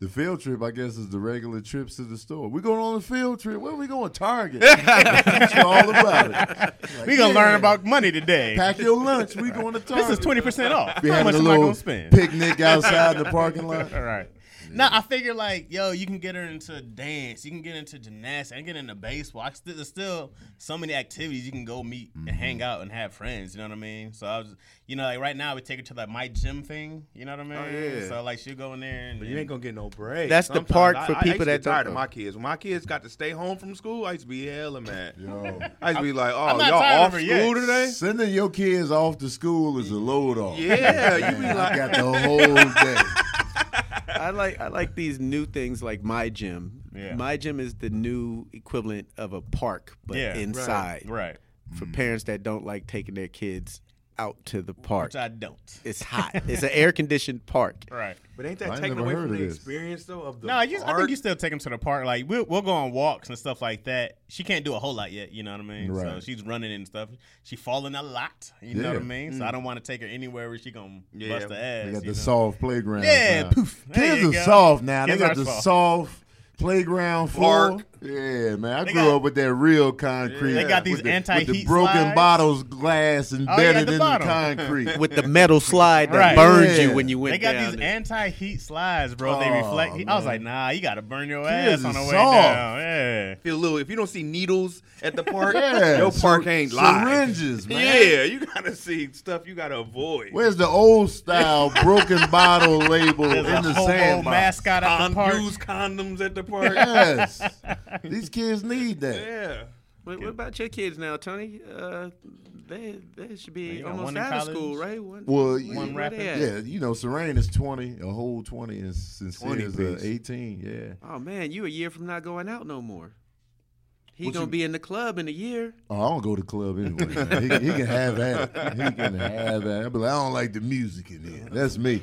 S1: The field trip, I guess, is the regular trips to the store. We're going on a field trip. Where are we going? Target. Teach you all about it.
S5: We gonna
S1: Yeah.
S5: learn about money today.
S1: Pack your lunch. We going to Target.
S5: This is twenty percent off.
S1: We
S5: How
S1: having
S5: much
S1: a
S5: am I
S1: little
S5: gonna spend?
S1: picnic outside in the parking lot.
S5: All right. Now I figure like, yo, you can get her into dance, you can get into gymnastics, I can get into baseball. I still, there's still so many activities you can go meet
S3: Mm-hmm.
S5: and hang out and have friends. You know what I mean? So I was, you know, like right now we take her to like my gym thing. You know what I mean?
S6: yeah.
S5: So like she'll go in there and
S3: Oh, But you ain't gonna get no break.
S6: That's the
S3: Sometimes
S6: part
S3: I-
S6: for
S3: I,
S6: people
S3: I used to
S6: that
S3: get tired
S6: don't-
S3: of my kids. When my kids got to stay home from school, I used to be hella mad.
S1: Yo.
S3: I used to be like, "Oh,
S5: not
S3: y'all
S5: tired of
S3: off
S5: her
S3: school
S5: yet."
S3: today?"
S1: Sending your kids off to school is a load off.
S3: Yeah, you be
S1: Man,
S3: like-
S1: I got the whole day.
S6: I like I like these new things like my gym.
S5: Yeah.
S6: My gym is the new equivalent of a park, but
S5: Yeah, right,
S6: inside
S5: right. Mm.
S6: for parents that don't like taking their kids out to the park.
S5: Which I don't.
S6: It's hot. it's an air conditioned park.
S5: Right.
S3: But ain't
S1: I
S3: that
S1: ain't
S3: taken
S1: never
S3: away
S1: heard
S3: from
S1: of
S3: the
S1: this.
S3: experience though of the
S5: No, you, I
S3: art?
S5: think you still take them to the park. Like we'll we'll go on walks and stuff like that. She can't do a whole lot yet. You know what I mean? So
S1: Right.
S5: she's running and stuff. She falling a lot. You know what I
S1: Yeah.
S5: mean? So I don't want to take her anywhere where she gonna
S3: Yeah.
S5: bust her ass.
S1: They got the
S5: you know?
S1: soft playground.
S5: Yeah,
S1: now.
S5: poof. There
S1: Kids
S5: you
S1: are
S5: go.
S1: soft now.
S5: Kids
S1: they
S5: are
S1: got the
S5: soft.
S1: soft. playground floor.
S3: Park.
S1: Yeah, man. I
S5: They
S1: grew
S5: got-
S1: up with that real concrete.
S5: They got these
S1: with the, with the
S5: anti-heat
S1: broken
S5: slides.
S1: bottles, glass
S5: Oh, yeah,
S1: embedded
S5: the
S1: in
S5: bottom.
S1: the concrete.
S6: With the metal slide that
S5: Right.
S6: burned
S1: Yeah.
S6: you when you went
S5: they got
S6: down.
S5: these anti-heat slides, bro. they
S1: Oh,
S5: reflect. I was
S1: man.
S5: like, nah, you gotta burn your
S1: Kids
S5: ass on the
S1: is
S5: way
S1: soft.
S5: down. Yeah.
S3: feel a little. If you don't see needles at the park,
S1: yeah,
S3: your park
S1: sy-
S3: ain't live.
S1: Syringes, man.
S3: Yeah, you gotta see stuff you gotta avoid.
S1: Where's the old style broken bottle label
S5: There's
S1: in
S5: a
S1: the
S5: hobo
S1: sandbox?
S5: mascot at the
S3: Con-
S5: park.
S3: use Um, condoms at the park.
S1: Yes, these kids need that.
S3: yeah.
S6: What, what about your kids now, Tony? Uh, they they should
S5: You
S6: be
S5: got one
S6: almost
S5: in
S6: out of
S5: college?
S6: school, right? One,
S1: Well,
S6: where-
S1: you-
S6: where
S1: One
S6: they
S5: rapid?
S6: at?
S1: Yeah, you know, Serene is twenty, a whole twenty, and Sincere
S3: 20
S1: is
S3: piece.
S1: uh, eighteen. Yeah.
S6: Oh man, you a year from not going out no more. He
S1: What
S6: gonna
S1: you-
S6: be in the club in a year.
S1: Oh, I don't go to club anyway. man. He, he can have that. He can have that. I be like, I don't like the music in here. That's me.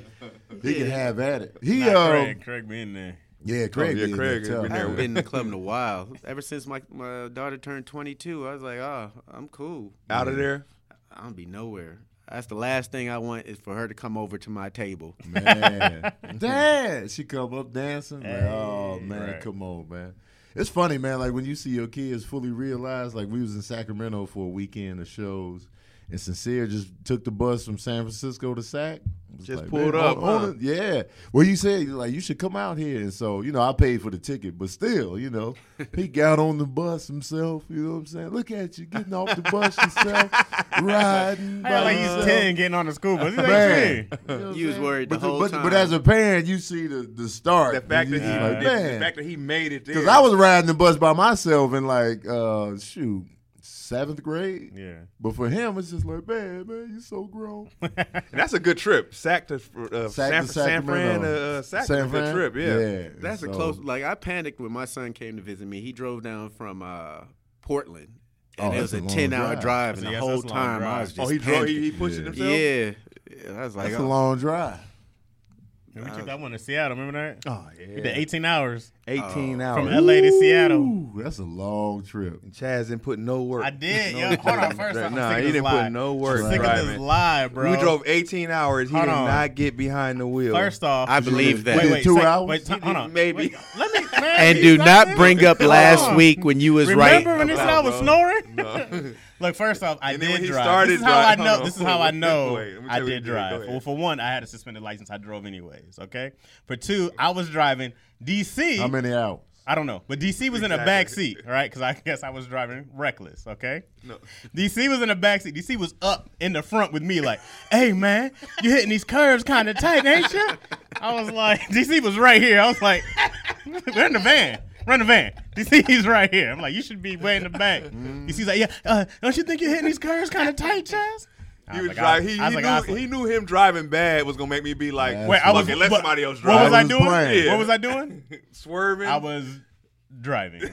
S1: He can have at it. He
S5: Nah,
S1: um,
S5: Craig, Craig being there.
S1: yeah, Craig.
S3: yeah,
S1: is
S3: Craig has
S1: tough,
S3: been
S6: I
S3: there
S1: man.
S6: haven't been in the club in a while. Ever since my, my daughter turned 22, I was like, oh, I'm cool.
S3: Out of there.
S6: I don't be nowhere. That's the last thing I want is for her to come over to my table.
S1: Man, dad, she come up dancing. like, oh
S5: Hey,
S1: man,
S5: right.
S1: come on, man. It's funny, man. Like when you see your kids fully realize, like we was in Sacramento for a weekend of shows, and Sincere just took the bus from San Francisco to Sac. It was
S3: Just
S1: like,
S3: pulled
S1: man,
S3: up,
S1: on- on
S3: huh?
S1: it. yeah. Well, you said like you should come out here, and so you know I paid for the ticket, but still, you know, he got on the bus himself. You know what I'm saying? Look at you getting off the bus yourself, riding.
S5: I
S1: by
S5: like
S1: yourself.
S5: he's ten, getting on the school bus. He's
S1: Uh,
S5: like,
S1: Man.
S5: "Gee."
S1: You know what
S6: You
S1: I'm
S6: was
S1: saying?
S6: worried the
S1: but,
S6: whole
S1: but,
S6: time.
S1: But as a parent, you see the, the start.
S3: The fact
S1: and
S3: that
S1: you
S3: he,
S1: just like,
S3: the, the
S1: man.
S3: fact that he made it there.
S1: Because I was riding the bus by myself in like, uh, shoot, seventh grade.
S5: yeah.
S1: But for him, it's just like, man, man, you so grown.
S3: And that's a good trip. Sac to uh,
S1: Sac
S3: San,
S1: to
S3: San Fran.
S1: Sacramento.
S3: Uh, Sac
S1: San
S3: is a good
S1: Fran?
S3: trip. Yeah.
S1: Yeah,
S6: That's a
S1: so-
S6: close. Like I panicked when my son came to visit me. He drove down from uh, Portland, and
S1: Oh,
S6: it
S1: that's
S6: was a
S1: a long
S6: ten-hour
S1: drive.
S6: drive,
S5: That's
S6: and
S5: a-
S6: the
S5: yes,
S6: whole
S5: that's a long
S6: time I
S5: drive.
S6: was
S3: Oh,
S6: just
S3: he drove. He,
S6: panicking.
S3: he pushed it himself.
S6: Yeah, Yeah, I was like,
S1: That's
S6: oh.
S1: a long drive.
S5: And we took that one to Seattle. Remember that?
S1: Oh, yeah. Oh,
S5: The eighteen hours
S3: 18
S5: from
S3: hours.
S5: L.A. to Seattle.
S1: Ooh, that's a long trip.
S3: Chaz didn't put no work.
S5: I did.
S3: No
S5: Yo, hold on.
S3: drive.
S5: First, I'm
S3: nah,
S5: sick of
S3: he
S5: this
S3: didn't
S5: lie.
S3: put no
S5: I'm
S3: work.
S5: Sick of this
S3: driving.
S5: lie, bro.
S3: We drove 18 hours. He
S5: Hold
S3: did
S5: on.
S3: not get behind the wheel.
S5: First off,
S6: I believe that.
S5: Wait,
S1: did
S5: wait,
S1: two
S5: say-
S1: hours?
S5: Wait,
S3: He did
S5: hold on.
S3: maybe.
S5: Let me, man,
S6: And
S5: you
S6: do
S5: stop
S6: not
S5: saying-
S6: bring up
S5: Hold
S6: last
S5: on.
S6: week when you was
S5: Remember
S6: right.
S5: when this I
S3: Wow,
S5: was
S3: bro.
S5: snoring?
S3: No.
S5: Look, first off, I
S3: And then
S5: did
S3: when he
S5: drive.
S3: started
S5: this is how I
S3: driving-
S5: know.
S3: hold
S5: this is
S3: on.
S5: how I
S3: Wait,
S5: know
S3: wait, let me
S5: I
S3: tell
S5: did
S3: you what you did. Go
S5: drive.
S3: ahead.
S5: Well, for one, I had a suspended license. I drove anyways. Okay. For two, I was driving DC.
S1: How many hours?
S5: I don't know, but DC was in a
S3: Exactly.
S5: back seat, right? Because I guess I was driving reckless. Okay.
S3: No.
S5: DC was in the back seat. DC was up in the front with me, like, "Hey man, you hitting these curves kind of tight, ain't you?" I was like, DC was right here. I was like, "We're in the van. Run the van." DC is right here. I'm like, "You should be way in the back." DC's like, "Yeah, uh, don't you think you're hitting these curves kind of tight, Chaz?" I
S3: He was
S5: like, I-
S3: driving. He,
S5: I was
S3: he,
S5: like,
S3: knew,
S5: I was like-
S3: he knew him driving bad was gonna make me be like,
S1: Wait,
S5: Wait, I
S3: "Fuck
S5: was
S3: it, let
S5: but-
S3: somebody else
S5: What
S3: drive."
S5: was I
S1: was
S5: doing?
S1: playing.
S5: What was I doing?
S3: Swerving.
S5: I was driving.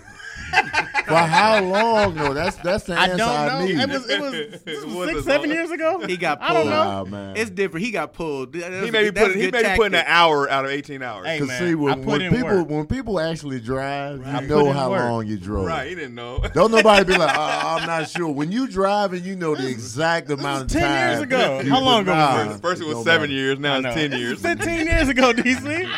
S1: For how long though? That's that's the
S5: I
S1: answer
S5: don't
S1: I,
S5: know.
S1: need.
S5: It was it was, this was
S3: was
S5: six
S3: as
S5: seven
S3: long-
S5: years ago.
S6: He got pulled.
S5: I don't know.
S1: Nah, man.
S6: It's different. He got pulled. That- that's-
S3: He may be
S6: that's
S3: putting he
S6: good
S3: may be putting an
S6: tactic.
S3: hour out of eighteen hours.
S5: Hey,
S1: Cause
S5: man,
S1: see,
S5: I
S1: when,
S5: put
S1: when
S5: in
S1: people
S5: work.
S1: when people actually drive, you
S5: put
S1: know
S5: in
S1: how
S5: work.
S1: long you drove.
S3: Right, he didn't know.
S1: Don't nobody be like, oh, I'm not sure. When you drive and you know the exact amount
S5: was
S1: of
S5: 10
S1: time.
S5: years ago.
S1: you
S5: How
S1: put-
S5: long ago was
S1: nah,
S5: this?
S3: First it was
S1: don't
S3: seven
S1: matter.
S3: years, now it's
S5: No.
S3: ten
S5: This
S3: years.
S5: is Fifteen years ago, DC.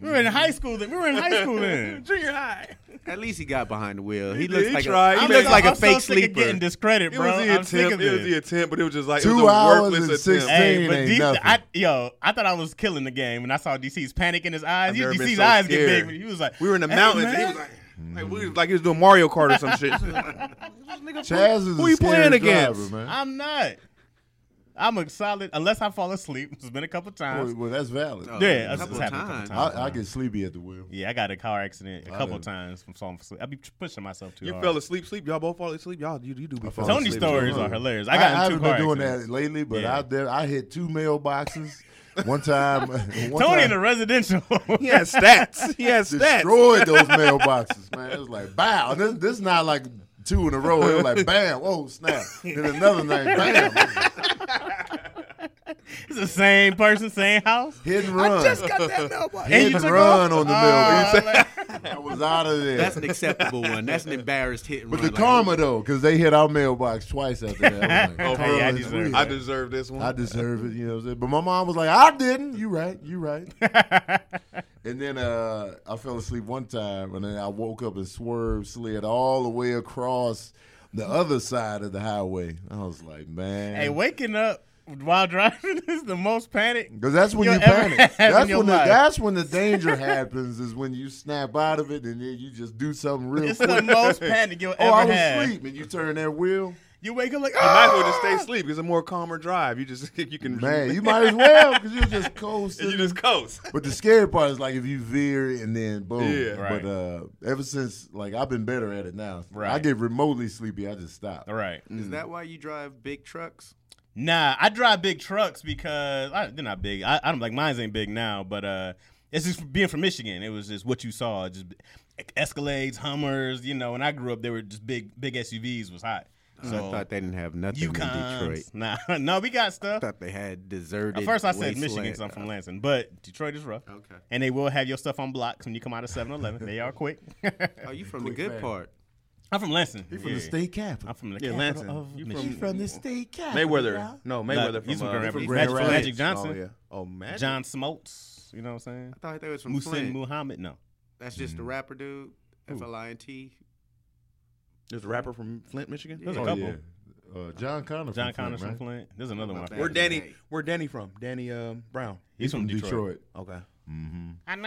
S5: we were in high school. Then. We were in high school then.
S3: Junior high.
S6: At least he got behind the wheel. He,
S3: He
S6: looks
S3: did. He
S6: like
S3: tried.
S6: a,
S3: He
S6: he
S3: made
S6: looks
S3: it.
S6: like
S5: I'm
S6: a
S5: so sick
S6: fake
S5: of
S6: sleeper.
S5: Getting discredit,
S3: It
S5: bro.
S3: was the
S5: I'm sick
S3: attempt.
S5: of
S3: It was
S5: this.
S3: the attempt, but it was just like it
S1: Two
S3: was a
S1: hours
S3: worthless
S1: and
S3: attempt.
S1: 16
S5: Hey, but
S1: ain't
S5: DC,
S1: nothing.
S5: I, yo, I thought I was killing the game, and I saw DC's panic in his eyes.
S3: I've
S5: You-
S3: never been
S5: DC's
S3: so
S5: eyes
S3: scared.
S5: get big. But he was like,
S3: We were in the
S5: "Hey,
S3: mountains.
S5: man." Mm.
S3: and he was like, like, we was, like he was doing Mario Kart or some shit.
S1: Chaz is
S3: Who
S1: a
S3: you playing
S1: scary
S3: against?
S1: driver, man.
S5: I'm not. I'm a solid unless I fall asleep. It's been a couple times.
S1: Well, well, that's valid.
S5: yeah, that's
S6: couple
S5: what's happened a couple
S6: times.
S5: times.
S1: I, I get sleepy at the wheel.
S5: yeah, I got in a car accident a couple
S1: didn't.
S5: times from falling asleep. I be pushing myself too
S3: You
S5: hard.
S3: fell asleep, sleep. Y'all both fall asleep. Y'all, you, you do be falling
S5: Tony's
S3: asleep.
S5: stories are hilarious. I got in two
S1: haven't
S5: car
S1: been doing
S5: accidents.
S1: that lately, but
S5: Yeah.
S1: I there, I hit two mailboxes. One time, one
S5: Tony
S1: time,
S5: in the residential.
S3: He has stats. He has stats.
S1: destroyed those mailboxes, man. It was like, bow. This, this is not like two in a row. It was like, bam, whoa, snap. Then another night, bam,
S5: it's the same person, same house.
S1: hit and run.
S5: And
S1: hit
S5: you
S1: and
S5: took
S1: run on the
S5: Oh,
S1: mailbox.
S5: man.
S1: I was out of there.
S6: That's an acceptable one. That's an embarrassed hit. And
S1: but the
S5: oh.
S6: run. Like,
S1: karma, though, because they hit our mailbox twice after that. I was like,
S3: Oh,
S1: karma
S5: yeah, I
S1: is
S5: deserve
S1: real.
S3: I deserve this one.
S1: I deserve it, you know what I'm saying? But my mom was like, I didn't. You right, you right. and then uh, I fell asleep one time, and then I woke up and swerved, slid all the way across the other side of the highway. I was like, man.
S5: Hey, waking up while driving is the most panic.
S1: Because that's when
S5: you'll
S1: you
S5: ever
S1: panic.
S5: have in
S1: That's
S5: your
S1: when, the,
S5: life.
S1: that's when the danger happens, is when you snap out of it and then you just do something real
S5: It's
S1: quick.
S5: the most panic you'll
S1: Oh, I
S5: ever
S1: was
S5: have.
S1: asleep, and you turn that wheel.
S5: You wake up like,
S3: you might as
S5: oh,
S3: well just stay asleep. It's a more calmer drive. You just you can
S1: Ah! Man, you might as well, because you're just coasting.
S3: you just coast.
S1: But the scary part is like if you veer and then boom.
S3: Yeah.
S5: Right.
S1: But uh, ever since like I've been better at it now. I
S5: Right.
S1: get remotely sleepy, I just stop.
S5: right.
S6: Is that why you drive big trucks?
S5: Nah, I drive big trucks because I, they're not big. I, I don't like mine's ain't big now, but uh, it's just being from Michigan. It was just what you saw, just Escalades, Hummers. You know, when I grew up, they were just big, big SUVs was hot.
S6: I
S5: So
S6: thought they didn't have nothing in Detroit.
S5: Yukons, nah, no, we got stuff.
S6: thought they had deserted.
S5: At first, I said Michigan
S6: wasteland.
S5: because I'm from Lansing, but Detroit is rough.
S6: Okay.
S5: And they will have your stuff on blocks when you come out of 7 Eleven. They are quick.
S6: Oh, you from the good part.
S5: I'm from Lansing.
S1: From the state capital.
S5: I'm from the
S3: Yeah,
S5: capital
S3: Lansing.
S5: of
S3: You
S5: Michigan.
S1: From the state capital.
S3: Mayweather. No, Mayweather
S5: Nah,
S3: from,
S5: he's from
S3: uh,
S5: Grand Rapids.
S3: he Grand
S5: Magic- Magic
S3: Rapids.
S5: Johnson.
S3: Oh, yeah. Oh, Magic.
S5: John Smoltz. You know what I'm saying?
S6: I thought they was from
S5: Musin
S6: Flint.
S5: Muhammad. No.
S6: That's just the
S5: Mm.
S6: rapper dude. F L I N T.
S3: There's a rapper from Flint, Michigan.
S5: There's a
S1: Oh,
S5: couple.
S1: yeah. Uh, John Connor.
S5: John
S1: from
S5: Connors
S1: Flint,
S5: from
S1: right?
S5: Flint. There's another one.
S6: Flint.
S3: Where
S5: He's,
S6: We're dead.
S3: Danny? Where Danny from? Danny um, Brown.
S5: from Detroit.
S3: Okay.
S5: I hate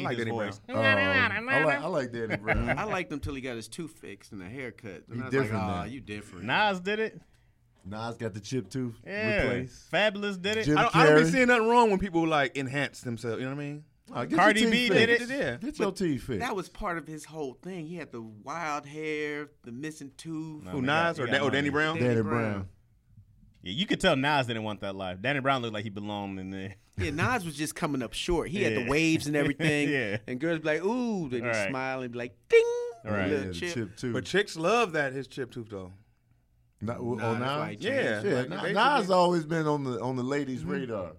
S5: Oh,
S3: like
S5: his
S3: Danny
S5: voice.
S1: Mm-hmm. Um, I, like, I like Danny Brown.
S6: I liked him till he got his tooth fixed and a haircut. And
S1: You
S6: I was
S1: different
S6: like,
S1: now.
S6: oh, you different.
S5: Nas did it.
S1: Nas got the chip tooth
S5: Yeah.
S1: replaced.
S5: Fabulous did it.
S1: Jim
S3: I don't, I don't be
S1: Carrey.
S3: seeing nothing wrong when people like enhance themselves. You know what I mean?
S1: Oh, get your
S5: Cardi
S1: teeth
S5: B
S1: fixed.
S5: did it.
S3: Yeah.
S1: Get your teeth fixed.
S6: That was part of his whole thing. He had the wild hair, the missing tooth.
S5: No,
S3: Who
S5: they got-
S3: Nas or
S5: they
S3: Dan-
S5: got
S3: oh, Danny
S5: money.
S3: Brown?
S1: Danny
S6: Danny
S1: Brown.
S6: Brown.
S5: Yeah, you could tell Nas didn't want that life. Danny Brown looked like he belonged in there.
S6: Yeah, Nas was just coming up short. He had
S5: Yeah.
S6: the waves and everything.
S5: Yeah.
S6: And girls be like, ooh, they just
S5: Right.
S6: smile and be like, ding.
S5: Right.
S6: Little
S1: Yeah,
S6: chip.
S1: chip tooth.
S3: But chicks love that his chip tooth though.
S1: Not, oh,
S6: Nah,
S1: Nas?
S6: that's why he
S3: Yeah.
S6: changed.
S1: Yeah,
S3: Like,
S1: Na-
S3: basically- Mm-hmm.
S1: Nas always been on the on the ladies' radar.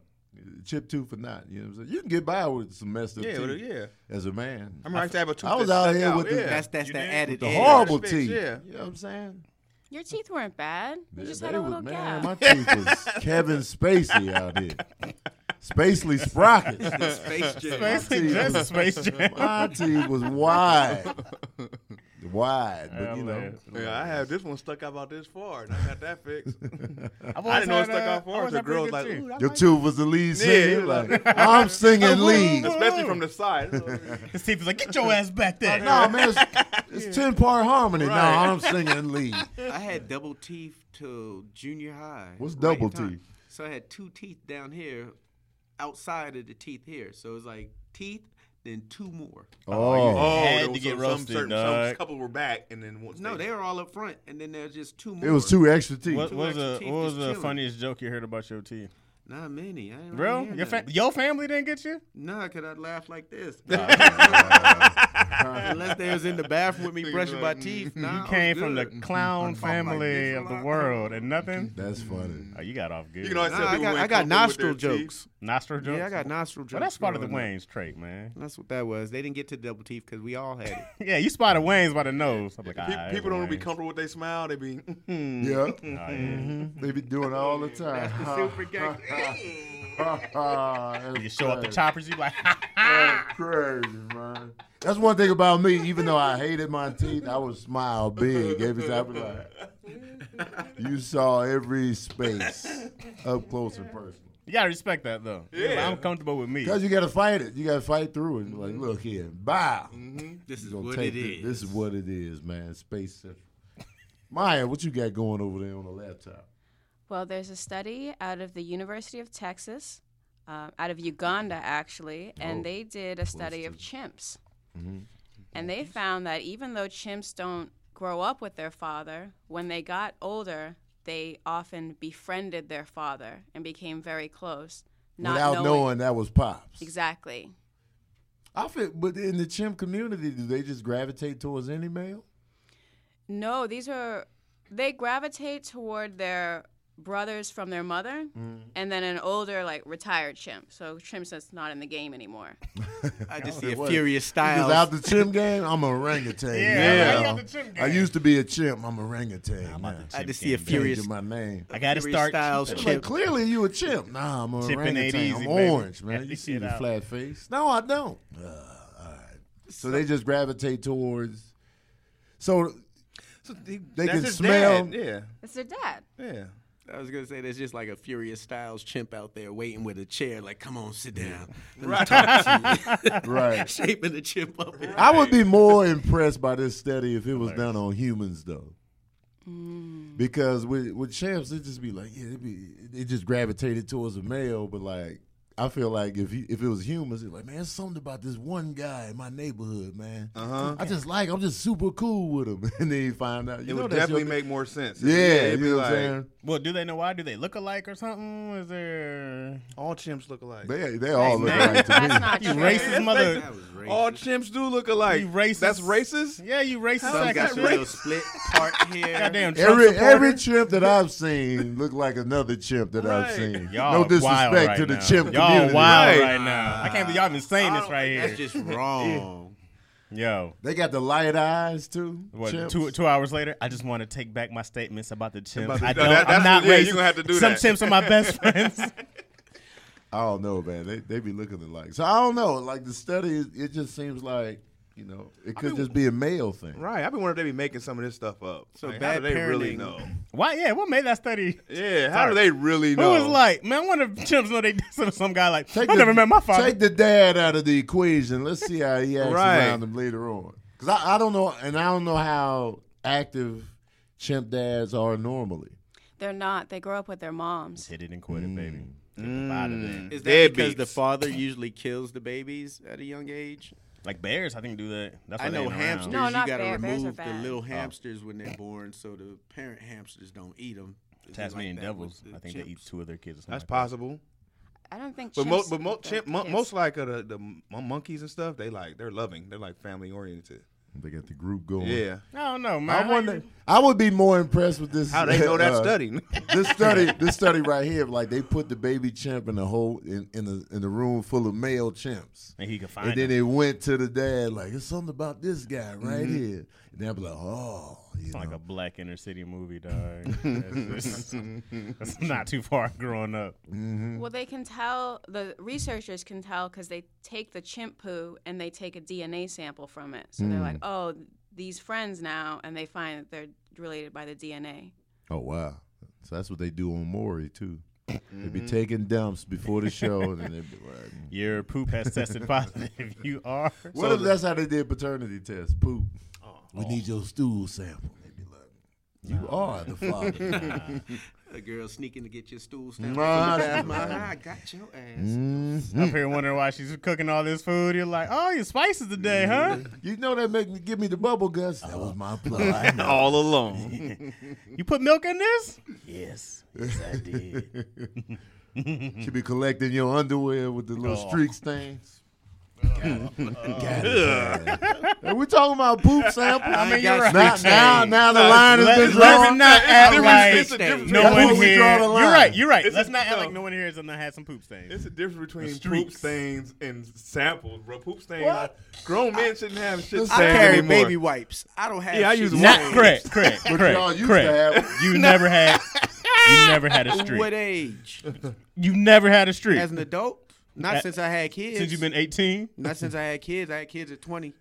S1: Chip tooth or not, you know what I'm saying? You can get by with some messed up
S3: Yeah,
S1: teeth
S3: well, yeah.
S1: as a man.
S3: I remember I used to have a tooth.
S1: I was
S3: that
S1: out
S3: stuck
S1: here with
S3: yeah.
S1: the-
S6: That's that's
S5: You
S6: that
S5: did?
S6: added
S1: the
S6: edge.
S1: horrible
S3: Fix,
S1: teeth.
S3: yeah.
S1: You know what I'm saying?
S4: Your teeth weren't bad. You just
S1: They-
S4: had
S1: they
S4: a
S1: was-
S4: little
S1: man,
S4: gap.
S1: my teeth was Kevin Spacey out here. Spacely Sprockets.
S6: Space Jam.
S5: Basically, that's a space jam.
S1: My teeth was wide. Wide, but you know.
S3: Yeah, I have this one stuck out about this far, and I got that fixed.
S5: I've
S3: I
S5: always
S3: didn't know it
S5: had, uh,
S3: stuck out
S5: I've
S3: far.
S5: always
S3: The
S5: had pretty
S3: girls
S5: good
S3: like,
S5: teeth.
S3: "Ooh, I
S1: Your
S3: like
S1: tooth was the lead singer.
S3: yeah,
S1: like,
S3: like-
S1: I'm singing lead.
S3: that." especially from the side.
S5: His teeth was like, get your ass back there.
S1: No, man, it's, it's 10 part harmony.
S3: Right.
S1: No, I'm singing lead.
S6: I had double teeth till junior high.
S1: What's
S6: right
S1: double
S6: in time.
S1: teeth?
S6: So I had two teeth down here, outside of the teeth here. So it was like teeth, then two more.
S3: oh,
S5: Had
S3: there
S5: to
S3: was
S5: get
S3: some,
S5: roasted,
S3: some certain
S5: dog.
S3: some couple were back, and then once
S6: No, they were all up front, and then there was just two more.
S1: It was two extra teeth.
S5: What,
S6: Two
S5: what was
S6: extra
S5: the
S6: teeth
S5: what was
S6: just
S5: the
S6: chilling.
S5: funniest joke you heard about your teeth?
S6: Not many. I didn't really
S5: Bro,
S6: hear
S5: your fa-
S6: none.
S5: your family didn't get you?
S6: Nah, cause I'd laugh like this. Unless they was in the bathroom with me brushing my teeth.
S3: mm-hmm.
S6: Nah, I
S5: You
S6: was
S5: came from the
S6: good.
S5: clown family of the world and nothing?
S1: That's funny.
S5: Oh, you got off good.
S3: You can always
S6: Nah,
S3: tell
S6: I
S3: people
S6: got,
S3: who
S6: I
S3: ain't
S6: got
S3: comfortable
S6: nostril
S3: with their teeth.
S6: jokes.
S5: Nostril jokes?
S6: Yeah, I got nostril jokes.
S5: Well, that's part of the
S6: growing up.
S5: Wayne's trait, man.
S6: That's what that was. They didn't get to double teeth because we all had it.
S5: Yeah, you spotted Wayne's by the nose. I'm like,
S3: Pe-
S5: "Ah,
S3: people don't be
S5: Wayne's."
S3: comfortable with their smile. They be
S1: Yeah. They be doing it all the time. That's
S6: Super gangster.
S5: You show up the choppers, you like,
S1: That's crazy, man. That's one thing about me. Even though I hated my teeth, I would smile big every time. I'd be like, You saw every space up close and personal.
S5: you gotta respect that though. Yeah, I'm comfortable with me.
S1: Because you got to fight it. You got to fight through it. Like, look here, bow.
S6: this is
S1: Gonna
S6: what
S1: take
S6: it is.
S1: This is what it is, man. Space Central. Maya, what you got going over there on the laptop?
S4: Well, there's a study out of the University of Texas, uh, out of Uganda actually,
S1: Oh,
S4: and they did a study of chimps.
S1: Mm-hmm.
S4: And they found that even though chimps don't grow up with their father, when they got older, they often befriended their father and became very close. Not
S1: Without knowing. that was pops.
S4: Exactly.
S1: I feel, but in the chimp community, do they just gravitate towards any male?
S4: No, these are they gravitate toward their brothers from their mother
S1: Mm.
S4: and then an older like retired chimp. So chimps that's not in the game anymore.
S6: I just see a
S1: what?
S6: furious
S1: Because
S6: style.
S1: out the chimp game, I'm a orangutan.
S5: Yeah,
S1: now.
S5: I got the chimp
S1: I
S5: game.
S1: used to be a chimp. I'm a orangutan. I'm now.
S6: I just see a furious.
S1: Changing my name.
S5: I gotta
S6: Furious
S5: start.
S6: Styles
S1: It's
S6: chimp.
S1: Like, clearly you a chimp. Nah, I'm a
S5: Chimping ain't
S1: orangutan.
S5: easy,
S1: I'm
S5: baby.
S1: orange, man.
S5: Check
S1: You
S5: this
S1: see
S5: shit
S1: the
S5: out.
S1: flat face? No, I don't. Uh, all right. So they just gravitate towards. So they
S3: That's
S1: can
S3: his
S1: smell.
S3: dad. Yeah,
S4: It's their dad.
S3: yeah.
S6: I was gonna say there's just like a furious styles chimp out there waiting with a chair. Like, come on, sit down. Let me talk to you.
S1: Right.
S6: Shaping the chimp up. here.
S1: I would be more impressed by this study if it was done on humans, though.
S4: Mm.
S1: Because with with chimps, it just be like, yeah, it, be, it just gravitated towards a male. But like, I feel like if you, if it was humans, it's like, man, there's something about this one guy in my neighborhood, man. Uh-huh. I just like, I'm just super cool with him. and then you find out, you
S3: It
S1: know,
S3: would
S1: that's your-
S3: definitely make more sense.
S1: yeah,
S3: it'd
S1: you
S3: be
S1: know what
S3: like,
S1: I'm saying.
S5: Well, do they know why? Do they look alike or something? Is there?
S3: All chimps look alike.
S1: They they all look
S5: man.
S1: like to me.
S4: That's not
S5: You
S4: true.
S5: racist mother.
S6: That was racist.
S3: All chimps do look alike.
S5: You racist.
S3: That's racist.
S5: Yeah, you racist.
S6: Some
S5: sack
S6: got
S5: of
S6: your little
S5: shit.
S6: split part here.
S5: Goddamn Trump
S1: Every
S5: supporter.
S1: every chimp that I've seen look like another chimp that I've
S3: Right.
S1: seen.
S5: Y'all
S1: no disrespect
S5: wild right
S1: to the
S5: now.
S1: chimp
S5: y'all
S1: community.
S5: wild
S3: Right.
S5: right. now. I can't believe y'all been saying
S3: Oh,
S5: this right here.
S6: That's just wrong.
S5: Yo,
S1: They got the light eyes too.
S5: what,
S1: chimps.
S5: two two hours later, I just want to take back my statements about the chimps.
S3: About the-
S5: I
S3: no,
S5: don't,
S3: that-
S5: I'm
S3: that's-
S5: not
S3: yeah, you
S5: racist.
S3: gonna have to do
S5: Some
S3: that.
S5: chimps are my best friends.
S1: I don't know, man. They they be looking alike. So I don't know. Like the study, is- it just seems like you know it could just be a male thing.
S3: Right. I've been wondering if they be making some of this stuff up.
S6: So
S3: Like, how
S6: bad
S3: do they really
S6: parenting.
S3: know?
S5: Why? Yeah, what made that study?
S3: Yeah. How do they really
S5: Who
S3: know?
S5: was like, man, I wonder if chimps know they did some, some guy like,
S1: Take
S5: I
S1: the-
S5: never met my father.
S1: Take the dad out of the equation. Let's see how he acts
S3: Right.
S1: around him later on. Because I, I don't know, and I don't know how active chimp dads are normally.
S4: They're not. They grow up with their moms.
S5: Hit it and quit it, baby. Get them out of there.
S6: Is that
S3: Deadbeats.
S6: because the father usually kills the babies at a young age?
S5: Like bears, I think do that. That's why
S6: I
S5: they
S6: know
S5: ain't around.
S6: hamsters.
S4: No,
S6: you
S4: not
S6: got to
S4: bear. Bears are
S6: remove the
S4: bad.
S6: little hamsters when they're born, so the parent hamsters don't eat them.
S5: Tasmanian devils. I think they eat two of their kids. Or something
S3: That's
S5: like that.
S3: possible.
S4: I don't think.
S3: But
S4: chimps
S3: most, but mo-
S4: eat their
S3: chimp, mo-
S4: kids.
S3: most like uh, the the mon- monkeys and stuff. They like they're loving. They're like family oriented.
S1: They got the group going.
S3: Yeah.
S5: I don't know, man.
S1: I
S5: How
S1: wonder.
S5: you-
S1: I would be more impressed with this.
S3: How they know that
S1: uh,
S3: study?
S1: this study, this study right here, like they put the baby chimp in the whole in in a, in a room full of male chimps,
S5: And he could find
S1: and then
S5: them.
S1: they went to the dad like, "It's something about this guy right here," and they'll be like, "Oh, you
S2: It's
S1: know,
S2: like a black inner city movie, dog. That's just- that's not too far growing up.
S4: Well, they can tell. The researchers can tell because they take the chimp poo and they take a DNA sample from it. So they're like, oh, these friends now, and they find that they're related by the DNA.
S1: oh wow." So that's what they do on Maury too. They be taking dumps before the show, and then they be like,
S2: Your poop has tested positive. You are.
S1: "What if that's how they did paternity tests? Poop. we need your stool sample." They be like, "You are the father."
S6: A girl sneaking to get your stool stamp.
S1: Nah.
S6: I got your ass.
S5: Mm-hmm.
S2: Up here wondering why she's cooking all this food. You're like, oh, your spices today, huh?
S1: You know that make me give me the bubble guts. That was my plan.
S3: All alone.
S2: You put milk in this?
S5: Yes, yes, I did.
S1: Should be collecting your underwear with the little
S5: Oh.
S1: streak stains. Got it, man. Are we talking about poop samples?
S5: I mean, you're
S6: got
S5: right.
S1: now, now, now the line has
S5: Let-
S1: been
S5: Let's
S1: drawn.
S5: not act
S6: different-
S5: like
S6: it's a different-
S5: no
S1: That's
S5: one
S1: where we
S5: here.
S1: draw the
S5: You're
S1: line.
S5: right. You're right.
S3: It's
S5: Let's
S3: a-
S5: not act
S3: no.
S5: like no one here has not had some poop stains.
S3: It's a difference between poop
S5: streaks.
S3: stains and samples, bro. Poop stains. Grown men shouldn't have shit stains
S6: I carry
S3: anymore.
S6: baby wipes. I don't have.
S3: Yeah, I
S6: shit
S3: use
S6: stains.
S5: not correct. Correct.
S1: What y'all
S5: Correct.
S1: used
S5: Correct.
S1: to have.
S5: You never had. You never had a
S6: What
S5: streak.
S6: age?
S5: You never had a streak
S6: As an adult? Not
S5: That-
S6: since I had kids.
S5: since you've been 18.
S6: Not since I had kids. I had kids at twenty.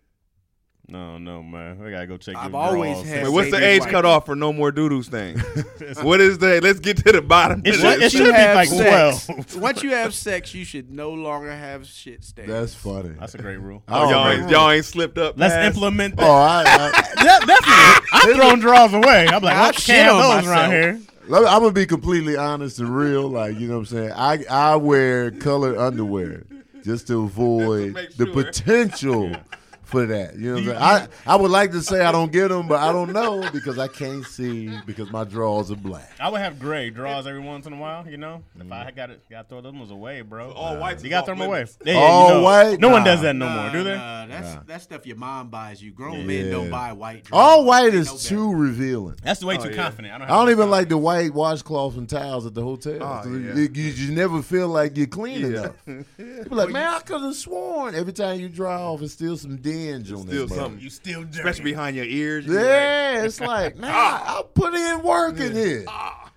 S5: No, no, man. I gotta go check.
S6: I've
S5: your
S6: always
S5: drawers.
S6: had-
S3: Wait, what's the
S6: Baby
S3: age
S6: wipes.
S3: cutoff for no more doo-doo stains? what is that? Let's get to the bottom.
S5: It
S3: of
S5: should, it
S3: this.
S5: should be like
S6: sex,
S5: 12.
S6: Once you have sex, you should no longer have shit stains.
S1: That's funny.
S5: That's a great rule.
S1: Oh,
S3: y'all,
S1: man.
S3: ain't, y'all ain't slipped up.
S5: Let's
S3: past-
S5: implement
S1: Oh,
S5: that.
S1: I, I,
S5: Yeah, definitely. I've thrown draws away. I'm like,
S6: I'll
S5: well,
S6: shit
S5: can't have
S6: on
S5: those around here.
S6: myself.
S1: Let me- I'm gonna be completely honest and real. Like you know what I'm saying. I I wear colored underwear just to avoid
S3: make
S1: the
S3: sure.
S1: potential for that. You know what I'm saying. I I would like to say I don't get them, but I don't know because I can't see because my drawers are black.
S5: I would have gray draws every once in a while, you know? If I got it, got to throw them ones away, bro.
S3: all whites
S5: You
S3: is
S5: got to throw
S3: off
S5: them away.
S3: limits.
S5: Yeah, yeah, you
S1: All
S5: know.
S1: white?
S5: No one
S1: Nah.
S5: does that no
S6: Nah,
S5: more, do they?
S6: Uh, Nah, that's that stuff your mom buys you. Grown men
S1: Yeah.
S6: don't buy white. Drawers.
S1: All white
S6: They
S1: is
S6: know better.
S1: too revealing.
S5: That's way too confident. I don't,
S1: I don't even like the white washcloths and towels at the hotel.
S3: Oh,
S1: So
S3: yeah.
S1: you, you just never feel like you're clean enough. You be like, man, I could have sworn every time you dry off, it's still some dinge on
S3: Still
S1: this. mother."
S3: something.
S5: You still dirty.
S3: Especially behind your ears. you like-
S1: Yeah, it's like, man, I, I put in work in here.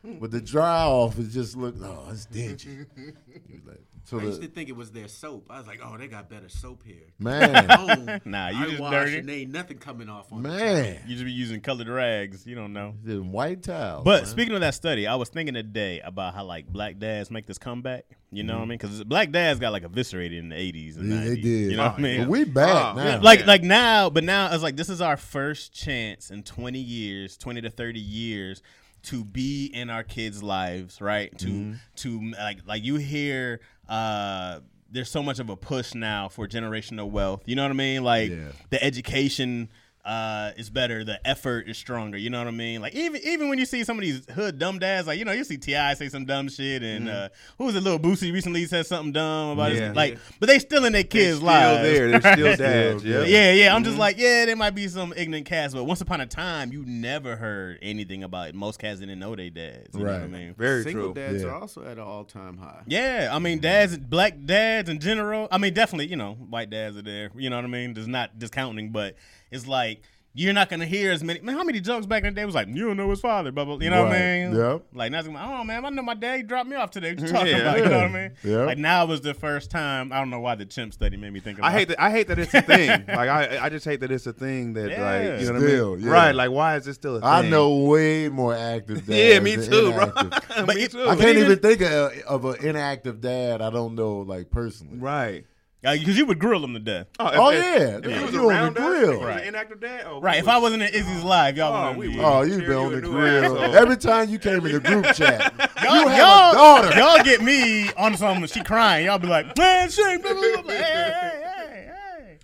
S1: But the dry off is just look, oh, it's dingy. You like- So
S6: I used to
S1: the,
S6: think it was their soap. I was like, oh, they got better soap here.
S1: man,
S6: Boom.
S5: Nah, you
S6: I
S5: just
S6: wash
S5: dirty.
S6: And there ain't nothing coming off on it.
S1: man,
S5: You just be using colored rags. You don't know.
S1: the white towels.
S5: But
S1: man.
S5: speaking of that study, I was thinking today about how like black dads make this comeback. You know what I mean? Because black dads got like eviscerated in the eighties and
S1: Mm-hmm. yeah, they
S5: 90s,
S1: did.
S5: You know what I mean?
S1: But we back
S3: Oh,
S1: now.
S3: yeah,
S5: like like now, but now it's like this is our first chance in twenty years, twenty to thirty years, to be in our kids' lives, right? To
S3: Mm-hmm.
S5: to like like you hear. uh there's so much of a push now for generational wealth. You know what I mean? Like
S1: Yeah.
S5: the education uh, is better, the effort is stronger. You know what I mean? Like even even when you see some of these hood dumb dads, like you know you see Ti say some dumb shit, and uh, who was it? Little Boosie recently said something dumb about
S3: Mm-hmm. Yeah.
S5: his like, but they still in their kids'
S3: Still
S5: lives.
S3: there. They're still
S5: right?
S3: dads.
S1: Still
S3: Yeah.
S1: good. Mm-hmm.
S5: Yeah, yeah. I'm just like, yeah, there might be some ignorant cats, but once upon a time, you never heard anything about it. Most cats didn't know they dads. You know what I
S1: Right.
S5: mean?
S3: Very
S6: Single
S3: true.
S6: dads
S1: Yeah.
S6: are also at an all time high.
S5: Yeah, I mean, dads, black dads in general. I mean, definitely, you know, white dads are there. You know what I mean? There's not discounting, but it's like you're not gonna hear as many. Man, how many jokes back in the day was like, you don't know his father, blah blah. You know what I
S1: Right.
S5: mean?
S1: Yep.
S5: Like now it's like, oh man, I know my dad dropped me off today. What you talking
S3: Yeah.
S5: about? You know what I mean?
S1: Yeah.
S5: Like now was the first time. I don't know why the chimp study made me think. About
S3: I hate that. I hate that it's a thing. like I, I just hate that it's a thing that
S5: Yeah.
S3: like you know
S1: Still,
S3: what I mean.
S1: yeah.
S3: Right. Like why is this still a thing?
S1: I know way more active dads.
S3: Yeah, me
S1: than
S3: too, bro.
S1: inactive.
S5: But
S3: Me
S5: it-
S3: too.
S1: I
S5: But
S1: can't
S5: even-
S1: even think of, of an inactive dad I don't know like personally.
S3: Right.
S5: because you would grill him to death.
S1: Oh,
S3: if-
S1: yeah.
S3: If,
S1: Yeah.
S3: you was
S1: You on the
S3: around us,
S1: grill.
S3: if you was
S5: Right.
S3: an inactive dad. Oh,
S5: Right. If I wasn't in Izzy's live,
S3: Oh,
S5: y'all would
S3: we
S5: would.
S3: would.
S1: Oh, you've
S3: Tear
S1: been
S3: you
S1: on
S3: a
S1: the
S3: new
S1: grill.
S3: asshole.
S1: Every time you came in the group chat,
S5: Y'all,
S1: you have
S5: y'all,
S1: a daughter.
S5: y'all get me on something. She crying. Y'all be like, man, shame. Blah, blah, blah. I'm like, hey, hey, hey,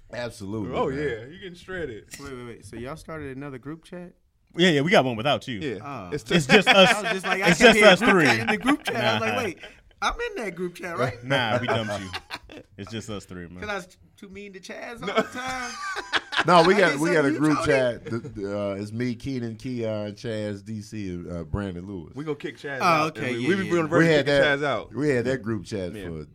S5: hey.
S1: Absolutely.
S3: Oh
S1: man.
S3: yeah, you getting shredded.
S6: Wait, wait, wait. So y'all started another group chat?
S5: Yeah, yeah, we got one without you.
S3: Yeah.
S6: Oh.
S3: It's
S5: It's
S3: just
S5: just
S6: I was
S5: us.
S6: just like, I
S5: it's
S6: kept
S5: just us
S6: hearing group chat
S5: three.
S6: in the group chat. I was
S5: Nah.
S6: like, wait, I'm in that group chat, right?
S5: Nah, we dumped you. It's just us three,
S6: Cause
S5: man.
S6: I was too mean to Chaz all the time.
S1: No, we got
S6: did
S1: we got a
S6: something you
S1: group
S6: told
S1: chat. The- the, uh, it's me, Keenan, Keon, Chaz, DC, and uh, Brandon Lewis.
S3: we gonna kick Chaz
S6: Oh,
S3: out.
S6: okay,
S3: We,
S6: yeah,
S3: we be
S6: yeah.
S3: going
S1: We
S3: to kick
S1: that.
S3: Chaz out.
S1: We had that group chat for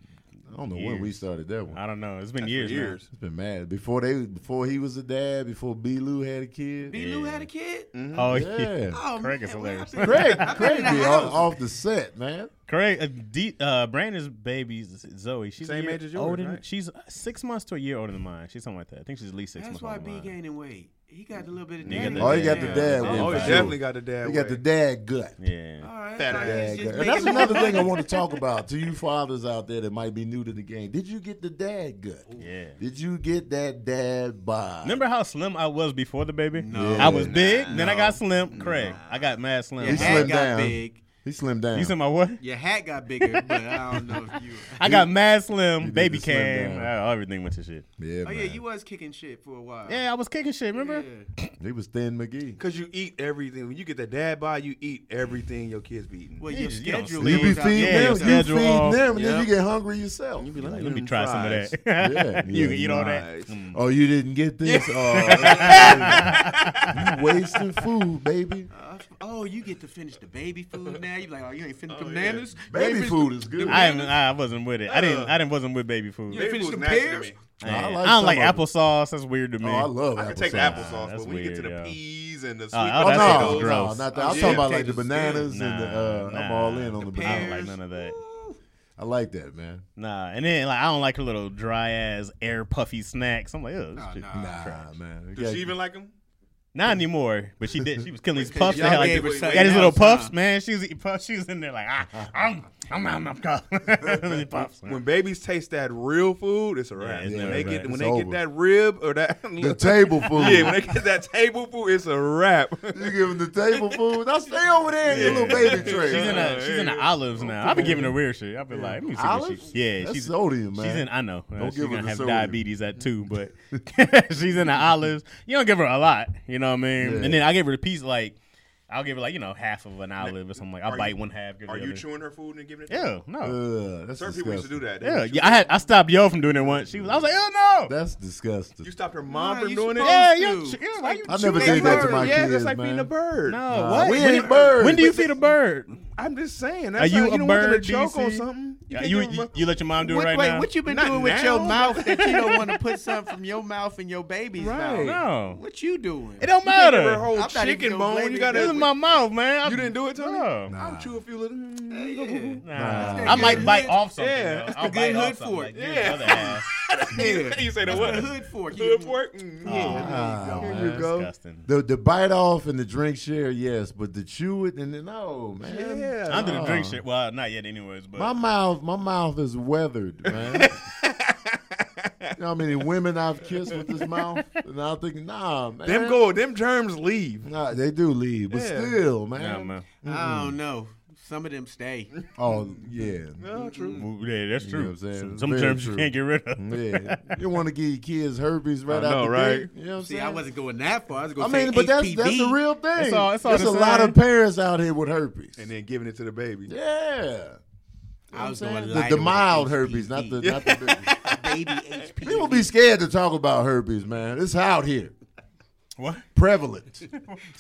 S1: I don't know when
S5: Years.
S1: we started that one.
S5: I don't know. It's been years. now.
S3: Years.
S1: It's been mad before they before he was a dad. Before B. Lou had a kid.
S6: B. Lou had a kid.
S5: Oh yeah.
S1: Yeah,
S6: Oh,
S5: Craig
S6: man,
S5: is
S6: what
S5: hilarious.
S6: happened?
S1: Craig,
S6: I've been
S1: Craig
S6: in the
S1: be
S6: house.
S1: off, off the set, man.
S5: Craig, uh, D, uh, Brandon's baby is Zoe. She's a
S3: Same
S5: year
S3: age as yours,
S5: older than-
S3: right?
S5: She's uh, six months to a year older than mine. She's something like that. I think she's at least six
S6: That's why
S5: months. older
S6: B
S5: than mine.
S6: gaining weight. He got a little bit of
S5: He got
S6: dad.
S5: the
S1: Oh, he got the
S5: Yeah.
S1: dad.
S5: Oh,
S1: one
S3: Oh, he
S1: for
S3: definitely
S1: sure.
S3: got the dad.
S1: He got the
S3: weight.
S1: dad gut.
S5: Yeah.
S6: All right.
S3: Fat
S6: so
S3: ass.
S6: he's
S1: Dad
S6: just
S1: gut. And that's
S6: making-
S1: another thing I want to talk about to you fathers out there that might be new to the game. Did you get the dad gut?
S5: Yeah.
S1: Did you get that dad bod?
S5: Remember how slim I was before the baby?
S6: No.
S5: I was
S1: Yeah.
S5: big, then I got slim. Craig, I got mad slim.
S6: Your
S1: He
S6: head
S1: slimmed
S6: got
S1: down.
S6: big.
S1: He slimmed down.
S5: You said my what?
S6: Your hat got bigger, but I don't know if you.
S5: I got mad slim,
S1: did
S5: baby
S1: the slim
S5: can,
S1: down.
S5: uh, everything went to shit.
S1: yeah,
S6: Oh
S1: man.
S6: yeah, you was kicking shit for a while.
S5: Yeah, I was kicking shit. Remember?
S6: Yeah.
S1: he was thin McGee.
S3: Cause you eat everything. When you get that dad bod, you eat everything your kids be eating.
S6: Well, your
S5: just- you don't
S6: schedule.
S1: You be
S6: is out-
S1: feeding
S5: yeah,
S1: them,
S5: your
S1: you
S5: schedule
S1: feed
S5: off.
S1: them, and then
S6: Yep.
S1: you get hungry yourself.
S6: You be like,
S5: Let me
S6: them
S5: try some of
S6: fries.
S5: that.
S1: Yeah,
S5: you
S1: yeah,
S5: can eat all that.
S3: Nice.
S1: Oh, you didn't get this? Oh, you wasting food, baby.
S6: Uh, oh, you get to finish the baby food now. You like, oh, you ain't finished the
S3: yeah.
S6: bananas. You ain't
S1: Baby
S6: finished
S1: food is good.
S5: I am, I wasn't with it. I didn't. I didn't. Wasn't with baby food.
S6: the- You ain't
S3: Baby
S6: finished the
S3: food's nasty to
S6: pears.
S3: me.
S5: Man, I,
S1: like
S5: don't
S1: some
S5: like
S1: of it.
S5: applesauce. That's weird to me.
S1: Oh, I love
S3: I
S1: applesauce.
S3: could take the applesauce,
S5: that's
S3: but when you get to the
S5: weird, yeah.
S3: peas and the sweet
S5: Uh, oh,
S1: Oh,
S5: That
S1: no,
S5: shit was
S3: potatoes,
S1: no,
S5: gross.
S1: not that. I was
S6: Yeah,
S1: talking about like the
S6: potatoes is good.
S1: bananas and the, uh,
S5: Nah,
S1: I'm all in on the,
S6: pears.
S1: bananas.
S5: I don't like none of that.
S1: I like that, man.
S5: Nah, and then like I don't like her little dry ass air puffy snacks. I'm like, oh, this shit-
S6: nah.
S1: Nah, man. You
S3: does
S1: gotta-
S3: she even like them?
S5: not anymore. But she did. She was killing these puffs. They
S6: y'all
S5: had like
S6: gave her
S5: the-
S6: something
S5: had these little
S6: else,
S5: puffs,
S6: huh?
S5: man. She was eating puffs. She was in there like, ah, I'm, I'm, I'm, I'm, i puffs.
S3: When babies taste that real food, it's a wrap.
S5: it's
S3: when
S5: never
S3: they
S5: a
S3: get
S5: wrap.
S3: when
S1: It's
S3: they
S1: over.
S3: get that rib or that
S1: the table food.
S3: yeah, when they get that table food, it's a wrap.
S1: you give them the table food. Now stay over there in your little baby tray.
S5: She's in a, she's in the olives now. I've been giving her weird shit. I've been like, let me see what
S1: Olives?
S5: she. Yeah,
S1: That's
S5: she's
S1: sodium, man.
S5: She's in. I know. Uh, she's
S1: give her
S5: gonna
S1: the
S5: have
S1: sodium.
S5: diabetes at two, but she's in the olives. You don't give her a lot. You know what I mean?
S1: Yeah.
S5: And then I give her the piece like, I'll give her like you know half of an olive or something. Like I'll
S3: Are
S5: bite
S3: you-
S5: one half. Give
S3: Are
S5: the
S3: you
S5: other.
S3: chewing her food and giving it? to her?
S5: Yeah,
S1: Uh,
S5: no.
S1: Ugh, that's
S3: Certain people used to do
S1: disgusting.
S3: that. They
S5: yeah,
S3: would chew
S5: yeah. I had I stopped yo from doing it once. She was. I was like, oh no.
S1: That's
S3: it.
S1: disgusting.
S3: You stopped her mom
S6: Nah,
S3: from
S6: you
S3: doing it.
S6: supposed-
S5: Yeah, you.
S6: to.
S5: Yeah, why you?
S1: I never
S5: chewing
S1: did that
S5: bird?
S1: to my
S3: yeah,
S1: kids,
S3: that's like feeding
S1: man.
S3: a bird.
S5: No,
S1: Nah,
S5: what?
S1: we
S5: When
S1: ain't
S5: you-
S1: birds.
S5: When do you
S1: But
S5: feed a bird?
S3: I'm just saying.
S5: Are
S3: That's
S5: you
S3: how,
S5: a
S3: you don't
S5: bird?
S3: want them to choke
S5: DC?
S3: on something.
S5: You,
S3: can't
S5: you,
S3: give them a-
S5: you let your mom do
S6: What,
S5: it right
S6: wait,
S5: now?
S6: what you been
S3: Not
S6: doing with
S3: now,
S6: your
S3: but-
S6: mouth that you don't want to put something from your mouth in your baby's mouth?
S3: Right.
S5: No.
S6: What you doing?
S5: It don't
S3: You can't give her
S5: matter.
S3: a whole
S6: I'm not even
S3: chicken
S6: gonna
S3: bone.
S6: blame
S3: You
S6: you.
S3: gotta.
S5: This is my mouth, man. I-
S3: You didn't do it to me.
S5: No.
S3: I'll chew a few little. Mm,
S5: Nah.
S1: Nah.
S5: I might bite off something.
S3: Yeah.
S5: though.
S3: That's
S5: I'll
S6: the
S5: bite
S6: good
S5: off
S6: hood
S5: something,
S6: fork.
S5: like, give the
S3: Yeah.
S5: other half.
S6: Yeah.
S3: you say the
S6: The
S3: what?
S6: hood fork. Oh, You-
S3: Hood pork. Mm,
S6: Yeah.
S3: yeah.
S1: Ah,
S6: There you
S1: man.
S6: go.
S5: Disgusting.
S1: The the bite off and the drink share, yes, but the chew it and then no, man.
S3: Yeah.
S5: Under the drink
S1: Oh.
S5: shit. Well, not yet, anyways. But
S1: My mouth, my mouth is weathered, man. you know how many women I've kissed with this mouth, and I think, nah, man.
S3: Them go. Them germs leave.
S1: Nah, they do leave, but
S3: Yeah.
S1: still,
S5: Nah,
S1: man.
S5: man.
S6: I don't know. Some of them stay.
S1: Oh yeah,
S3: No, true.
S5: Well, Yeah, that's
S1: You
S5: true.
S1: know what I'm saying?
S5: Some-
S1: It's
S5: Some
S1: very
S5: germs
S1: true.
S5: you can't get rid of.
S1: yeah. You want to give your kids herpes right
S3: I
S1: out
S3: know,
S1: the
S3: right?
S1: gate. You know what I'm
S6: See,
S1: saying?
S6: I wasn't going that far. I was
S1: I
S6: going to say
S1: mean, but that's that's the
S6: HPV.
S1: real thing.
S5: It's all- it's all
S1: There's
S5: the
S1: a lot
S5: same.
S1: of parents out here with herpes.
S3: And then giving it to the baby.
S1: yeah.
S6: I was
S1: saying?
S6: going
S1: The-
S6: lighter
S1: the
S6: with
S1: mild
S6: HPV.
S1: herpes, not the not the big.
S6: baby HPV.
S1: People be scared to talk about herpes, man. It's out here.
S5: What?
S1: Prevalent. See,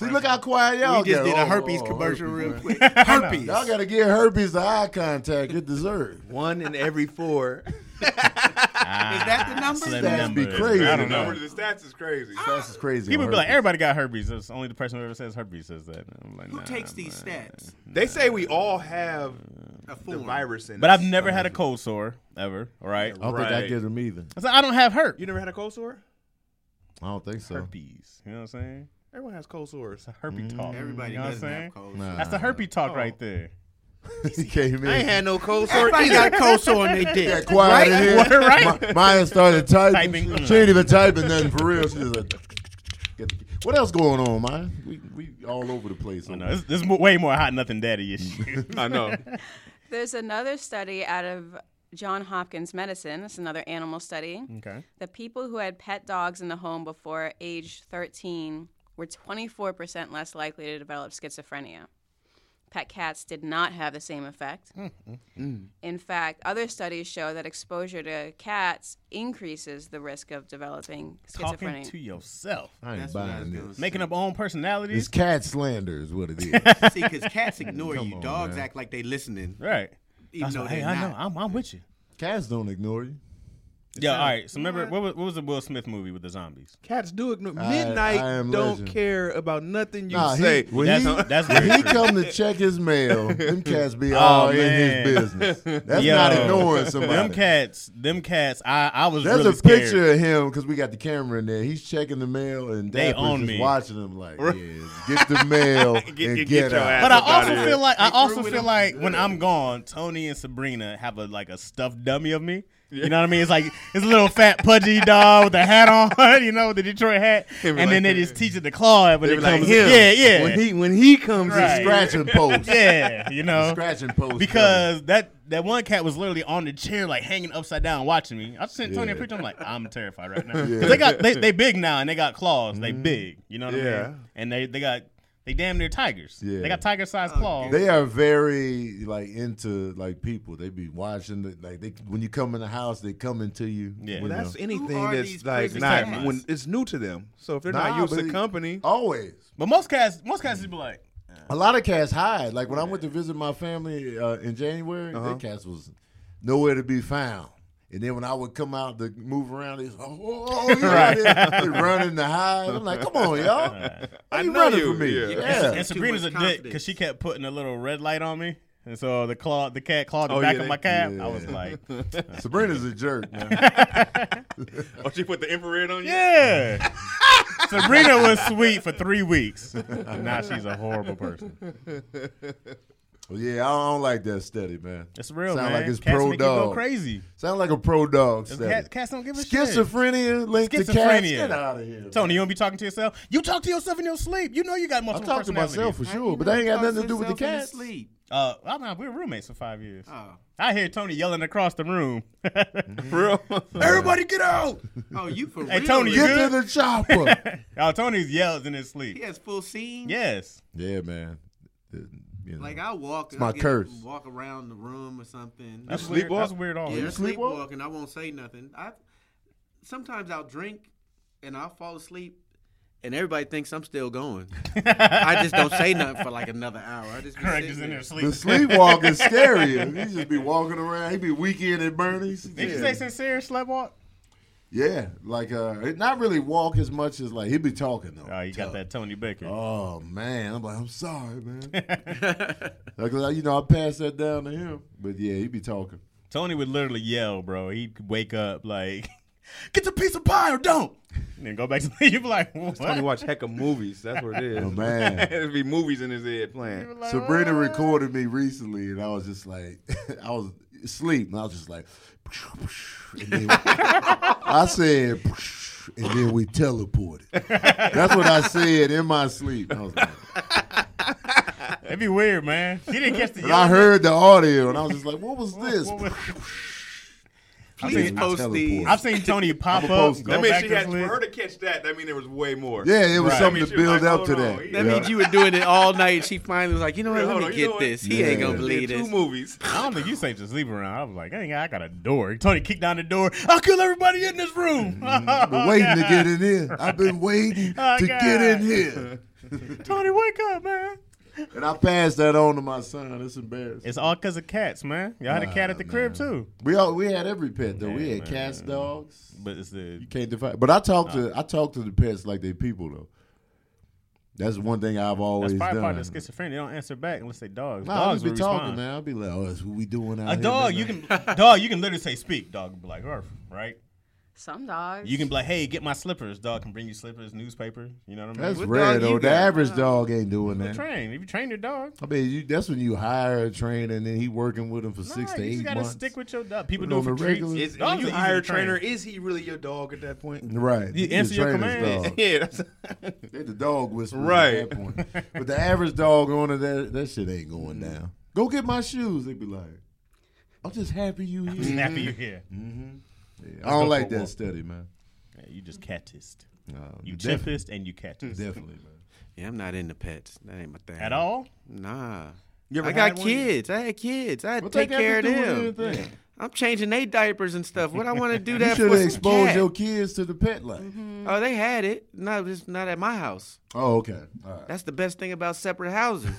S1: look how quiet y'all
S6: We just
S1: get.
S6: did
S1: Oh,
S6: a herpes
S1: oh,
S6: commercial
S1: herpes,
S6: real
S1: man.
S6: quick. Herpes.
S1: Y'all got to give herpes the eye contact it deserves.
S3: One in every four.
S6: Is that the number?
S5: Slim
S1: That'd
S5: number.
S1: be crazy.
S5: I
S3: the
S5: don't know.
S3: number, the stats is crazy.
S1: That's just crazy.
S5: People
S1: on
S5: be like,
S1: herpes.
S5: everybody got herpes. It's only the person who ever says herpes says that. I'm like,
S6: Who
S5: nah,
S6: takes these
S5: man.
S6: stats?
S3: They say we all have
S6: A
S3: the
S6: form.
S3: virus in
S5: But
S3: us.
S5: I've never had a cold sore ever. All right.
S1: I don't think I
S3: Right.
S1: get them either.
S5: So I don't have herpes.
S3: You never had a cold sore?
S1: I don't think so.
S5: herpes. You know what I'm saying?
S3: Everyone has cold sores.
S5: Herpy
S1: Mm.
S5: talk.
S6: Everybody
S5: you know what I'm
S6: doesn't
S5: saying?
S6: have cold.
S1: Nah.
S5: That's the herpy talk
S1: Oh.
S5: right there.
S1: he came in.
S3: I ain't had no cold sore
S6: Everybody
S3: either.
S6: got cold sore on their
S1: Got
S6: dick.
S1: quiet in here.
S5: What, right?
S1: Mi- Maya started typing.
S5: Typing.
S1: She ain't even typing nothing for real. She just like, get the- what else going on, Maya? We, we all over the place.
S5: I know. This, this is mo- way more hot nothing daddy issue.
S3: I know.
S4: There's another study out of John Hopkins Medicine. It's another animal study.
S5: okay.
S4: The people who had pet dogs in the home before age 13 were 24% less likely to develop schizophrenia. Pet cats did not have the same effect. In fact, other studies show that exposure to cats increases the risk of developing
S5: Talking
S4: schizophrenia.
S5: to yourself.
S1: I ain't
S6: That's what I was
S1: buying
S6: gonna
S1: this.
S6: say.
S5: Making up own
S1: It's
S5: personalities.
S1: cat slander is what it is.
S6: See, because cats ignore you. Dogs act like they listening,
S5: Right.
S6: even
S5: That's
S6: though
S5: why- hey,
S6: they
S5: I
S6: not.
S5: know. I'm, I'm with you.
S1: Cats don't ignore you.
S5: Yeah, all right. So remember, what was, what was the Will Smith movie with the zombies?
S3: Cats do ignore.
S1: I-
S3: Midnight
S1: I am
S3: don't
S1: legend.
S3: care about nothing you
S1: Nah, he-
S3: say.
S1: when
S5: That's-
S1: he,
S5: that's
S1: when
S5: very
S1: he
S5: true.
S1: come to check his mail, them cats be all
S5: Oh, man.
S1: in his business. That's
S5: Yo.
S1: not ignoring somebody.
S5: Them cats, them cats. I, I was
S1: There's
S5: really
S1: a
S5: scared.
S1: picture of him because we got the camera in there. He's checking the mail and
S5: They
S1: Dapper's
S5: own
S1: just
S5: me.
S1: watching him like, yeah, get the mail and
S3: Get-
S1: get,
S3: get your
S1: out.
S3: ass
S5: But I
S3: up outta
S5: also
S3: here.
S5: feel like I
S6: They grew
S5: also
S6: with
S5: feel
S6: him.
S5: like when I'm gone, Tony and Sabrina have a like a stuffed dummy of me. You know what I mean? It's like it's a little fat pudgy dog with a hat on, you know, the Detroit hat, and then they just teach it to Claude when it
S6: Like
S5: comes.
S6: him.
S5: yeah, yeah,
S6: When he when he comes,
S5: Right.
S6: in,
S1: Scratching post.
S5: yeah. You know,
S1: Scratching post.
S5: because that that one cat was literally on the chair, like hanging upside down, watching me. I sent Tony a picture. I'm like, I'm terrified right now. 'Cause they got they, they big now and they got claws.
S6: Mm-hmm.
S5: They big. You know what I
S1: Yeah.
S5: mean? And they they got they damn near tigers.
S1: Yeah.
S5: They got tiger
S3: Oh,
S5: sized claws.
S1: They are very like into like people. They be watching the, like they when you come in the house, they coming to you.
S5: Yeah.
S1: you
S3: Well, that's
S1: know.
S3: anything
S6: are
S3: that's
S6: these
S3: like
S6: prison
S3: not
S5: cats?
S3: when it's new to them. So if they're
S1: Nah,
S3: not used
S1: but
S3: to
S1: it-
S3: company,
S1: always.
S5: but most cats most cats just be like,
S1: A lot of cats hide. Like when I went to visit my family uh, in January,
S5: Uh-huh.
S1: their cats was nowhere to be found. And then when I would come out to move around, it's oh, oh, oh you right. they running to hide. I'm like, come on, y'all, Why
S3: I
S1: you
S3: know
S1: running
S3: you,
S1: from me?
S3: yeah.
S1: Yeah,
S6: Yeah.
S5: and
S6: Too
S5: Sabrina's a
S6: much
S5: dick because
S6: confidence.
S5: she kept putting a little red light on me. And so the claw, the cat clawed the
S3: Oh,
S5: back
S3: yeah,
S5: of
S3: they-
S5: my cab.
S1: yeah.
S5: I was like,
S1: Sabrina's a jerk. Man.
S3: oh, she put the infrared on you.
S5: yeah. Sabrina was sweet for three weeks. And now she's a horrible person.
S1: Well, yeah, I don't like that study, man.
S5: It's real,
S1: Sound
S5: man.
S1: like it's
S5: cats
S1: pro
S5: make you go
S1: dog.
S5: crazy.
S1: Sound like a pro dog
S5: Those
S1: study.
S5: Cat, cats don't give a shit.
S1: Schizophrenia linked to cats.
S5: Schizophrenia.
S1: Get out of here.
S5: Tony, you don't be talking to yourself. You talk to yourself in your sleep. You know you got
S1: I
S5: multiple
S1: talk to
S5: personalities.
S1: myself for sure, but that ain't got nothing to do with the cats.
S6: Sleep.
S5: Uh, I mean, we were roommates for five years.
S1: Oh.
S5: I hear Tony yelling across the room.
S3: For real. Everybody get out.
S6: Oh, you for
S5: Hey,
S6: real?
S5: Tony,
S6: He-
S5: you-
S1: Get to the chopper.
S5: oh, Tony's yells in his sleep.
S6: He has full scene.
S5: Yes.
S1: yeah, man. Uh, you know.
S6: Like I walk.
S1: It's my
S6: I'll get-
S1: curse.
S6: Walk around the room or something.
S5: That's
S3: sleepwalk?
S5: weird. That's weird. All
S6: yeah,
S5: yeah.
S6: I sleepwalk and Oh, I won't say nothing. I sometimes I'll drink and I'll fall asleep, and everybody thinks I'm still going. I just don't say nothing for like another hour. I just be
S5: Craig
S6: sitting
S5: is in
S6: there.
S5: there
S1: The
S5: sleeping.
S1: sleepwalk is scarier. He just be walking around. He be weekend at Bernie's.
S5: Did you
S1: Yeah.
S5: say sincere sleptwalk?
S1: Yeah, like uh, not really walk as much as like he be talking though.
S5: Oh, you got that Tony Baker.
S1: Oh man, I'm like I'm sorry, man. like like, you know, I passed that down to him, but yeah, he be talking.
S5: Tony would literally yell, bro. He'd wake up like, "Get the piece of pie or don't," and then go back to sleep. You'd be like, "What?"
S3: Tony watch heck of movies. That's what it is.
S1: Oh man.
S3: There'd be movies in his head playing.
S1: Sabrina recorded me recently, and I was just like, I was asleep, and I was just like, and then I said, and then we teleported. That's what I said in my sleep. I was like,
S5: It'd be weird, man. He didn't catch the
S1: and I
S5: yell.
S1: heard the audio, and I was just like, what was this?
S5: What was-
S6: Please
S1: I
S6: post
S1: teleported.
S6: these.
S5: I've seen Tony pop
S1: I'm a
S5: up,
S1: poster.
S5: go
S1: That
S3: That means
S5: back
S3: she
S5: to
S3: had for
S5: sleep.
S3: her to catch that. That means there was way more.
S1: Yeah, it was
S5: Right.
S1: something
S3: I mean,
S1: to
S3: she was
S1: build
S3: like,
S1: up
S3: hold
S1: to
S3: on.
S1: that.
S6: That
S1: Yeah.
S6: means you were doing it all night. She finally was like, you know what?
S3: Hold
S6: Let
S3: on,
S6: me
S3: you know
S6: get
S3: what?
S6: this. He
S1: Yeah.
S6: ain't gonna
S1: Did
S6: believe
S3: Did
S6: this.
S3: two movies.
S5: I don't think you say just leave around. I was like, "Dang, I got a door." Tony kicked down the door. I'll kill everybody in this room.
S1: Been waiting to get in here. I've been waiting
S5: Oh,
S1: to get in
S5: God.
S1: here.
S5: Tony, wake up, man.
S1: And I passed that on to my son. It's embarrassing.
S5: It's all because of cats, man. Y'all had a cat at the crib too,
S1: We all we had every pet though. we had cats, dogs.
S5: but it's the
S1: You can't define. But I talk to I talk to the pets like they people though. That's one thing I've
S5: That's
S1: always
S5: probably
S1: done.
S5: part of the schizophrenia. They don't answer back unless they dogs.
S1: Nah,
S5: dogs
S1: I
S5: will
S1: just be talking,
S5: respond.
S1: man. I'll be like, oh, that's what we doing out
S5: A
S1: here.
S5: dog, you can dog, you can literally say speak. Dog will be like, "Arf," right?
S4: Some dogs.
S5: You can be like, "Hey, get my slippers." Dog can bring you slippers, newspaper. You know what I mean?
S1: That's
S6: What
S1: rare
S6: dog you
S1: though. The
S6: got?
S1: average dog ain't doing that.
S5: train. If you train your dog,
S1: I mean, you, that's when you hire a trainer and then he working with him for six
S5: nah,
S1: to
S5: you just
S1: eight
S5: gotta
S1: months.
S5: stick with your dog. People
S1: Put
S5: do it
S1: on
S5: for
S1: a
S5: treats.
S1: regular-
S3: Is,
S5: Dogs
S3: when you
S5: are easy
S3: hire
S5: to
S3: a trainer,
S5: train.
S3: is he really your dog at that point?
S1: Right.
S5: You
S1: He's the
S5: answer your
S1: trainer's
S5: commands.
S1: dog.
S3: Yeah, that's
S1: They're the dog whisperer
S3: Right.
S1: at that point. But the average dog owner, that that shit ain't going
S5: Mm-hmm.
S1: down. Go get my shoes. They be like, I'm just happy you here.
S5: Snappy, you here?
S1: I don't like
S5: for a
S1: that
S5: walk.
S1: study, man.
S5: Yeah, Mm-hmm. you just catist.
S1: No,
S5: You
S1: def-
S5: chimpist and you catist
S1: Mm-hmm. definitely, man.
S6: Yeah, I'm not into pets. That ain't my thing.
S5: at all.
S6: Nah.
S5: You ever
S6: I got
S5: had one?
S6: kids. I had kids. I had to
S1: What
S6: take
S1: that got to
S6: care of
S1: do with
S6: them.
S1: anything?
S6: I'm changing their diapers and stuff. What I want to do
S1: You
S6: that
S1: should
S6: for?
S1: have
S6: some
S1: exposed
S6: cat.
S1: your kids to the pet life.
S6: Oh, they had it. No, just not at my house.
S1: Oh, okay. All right.
S6: That's the best thing about separate houses.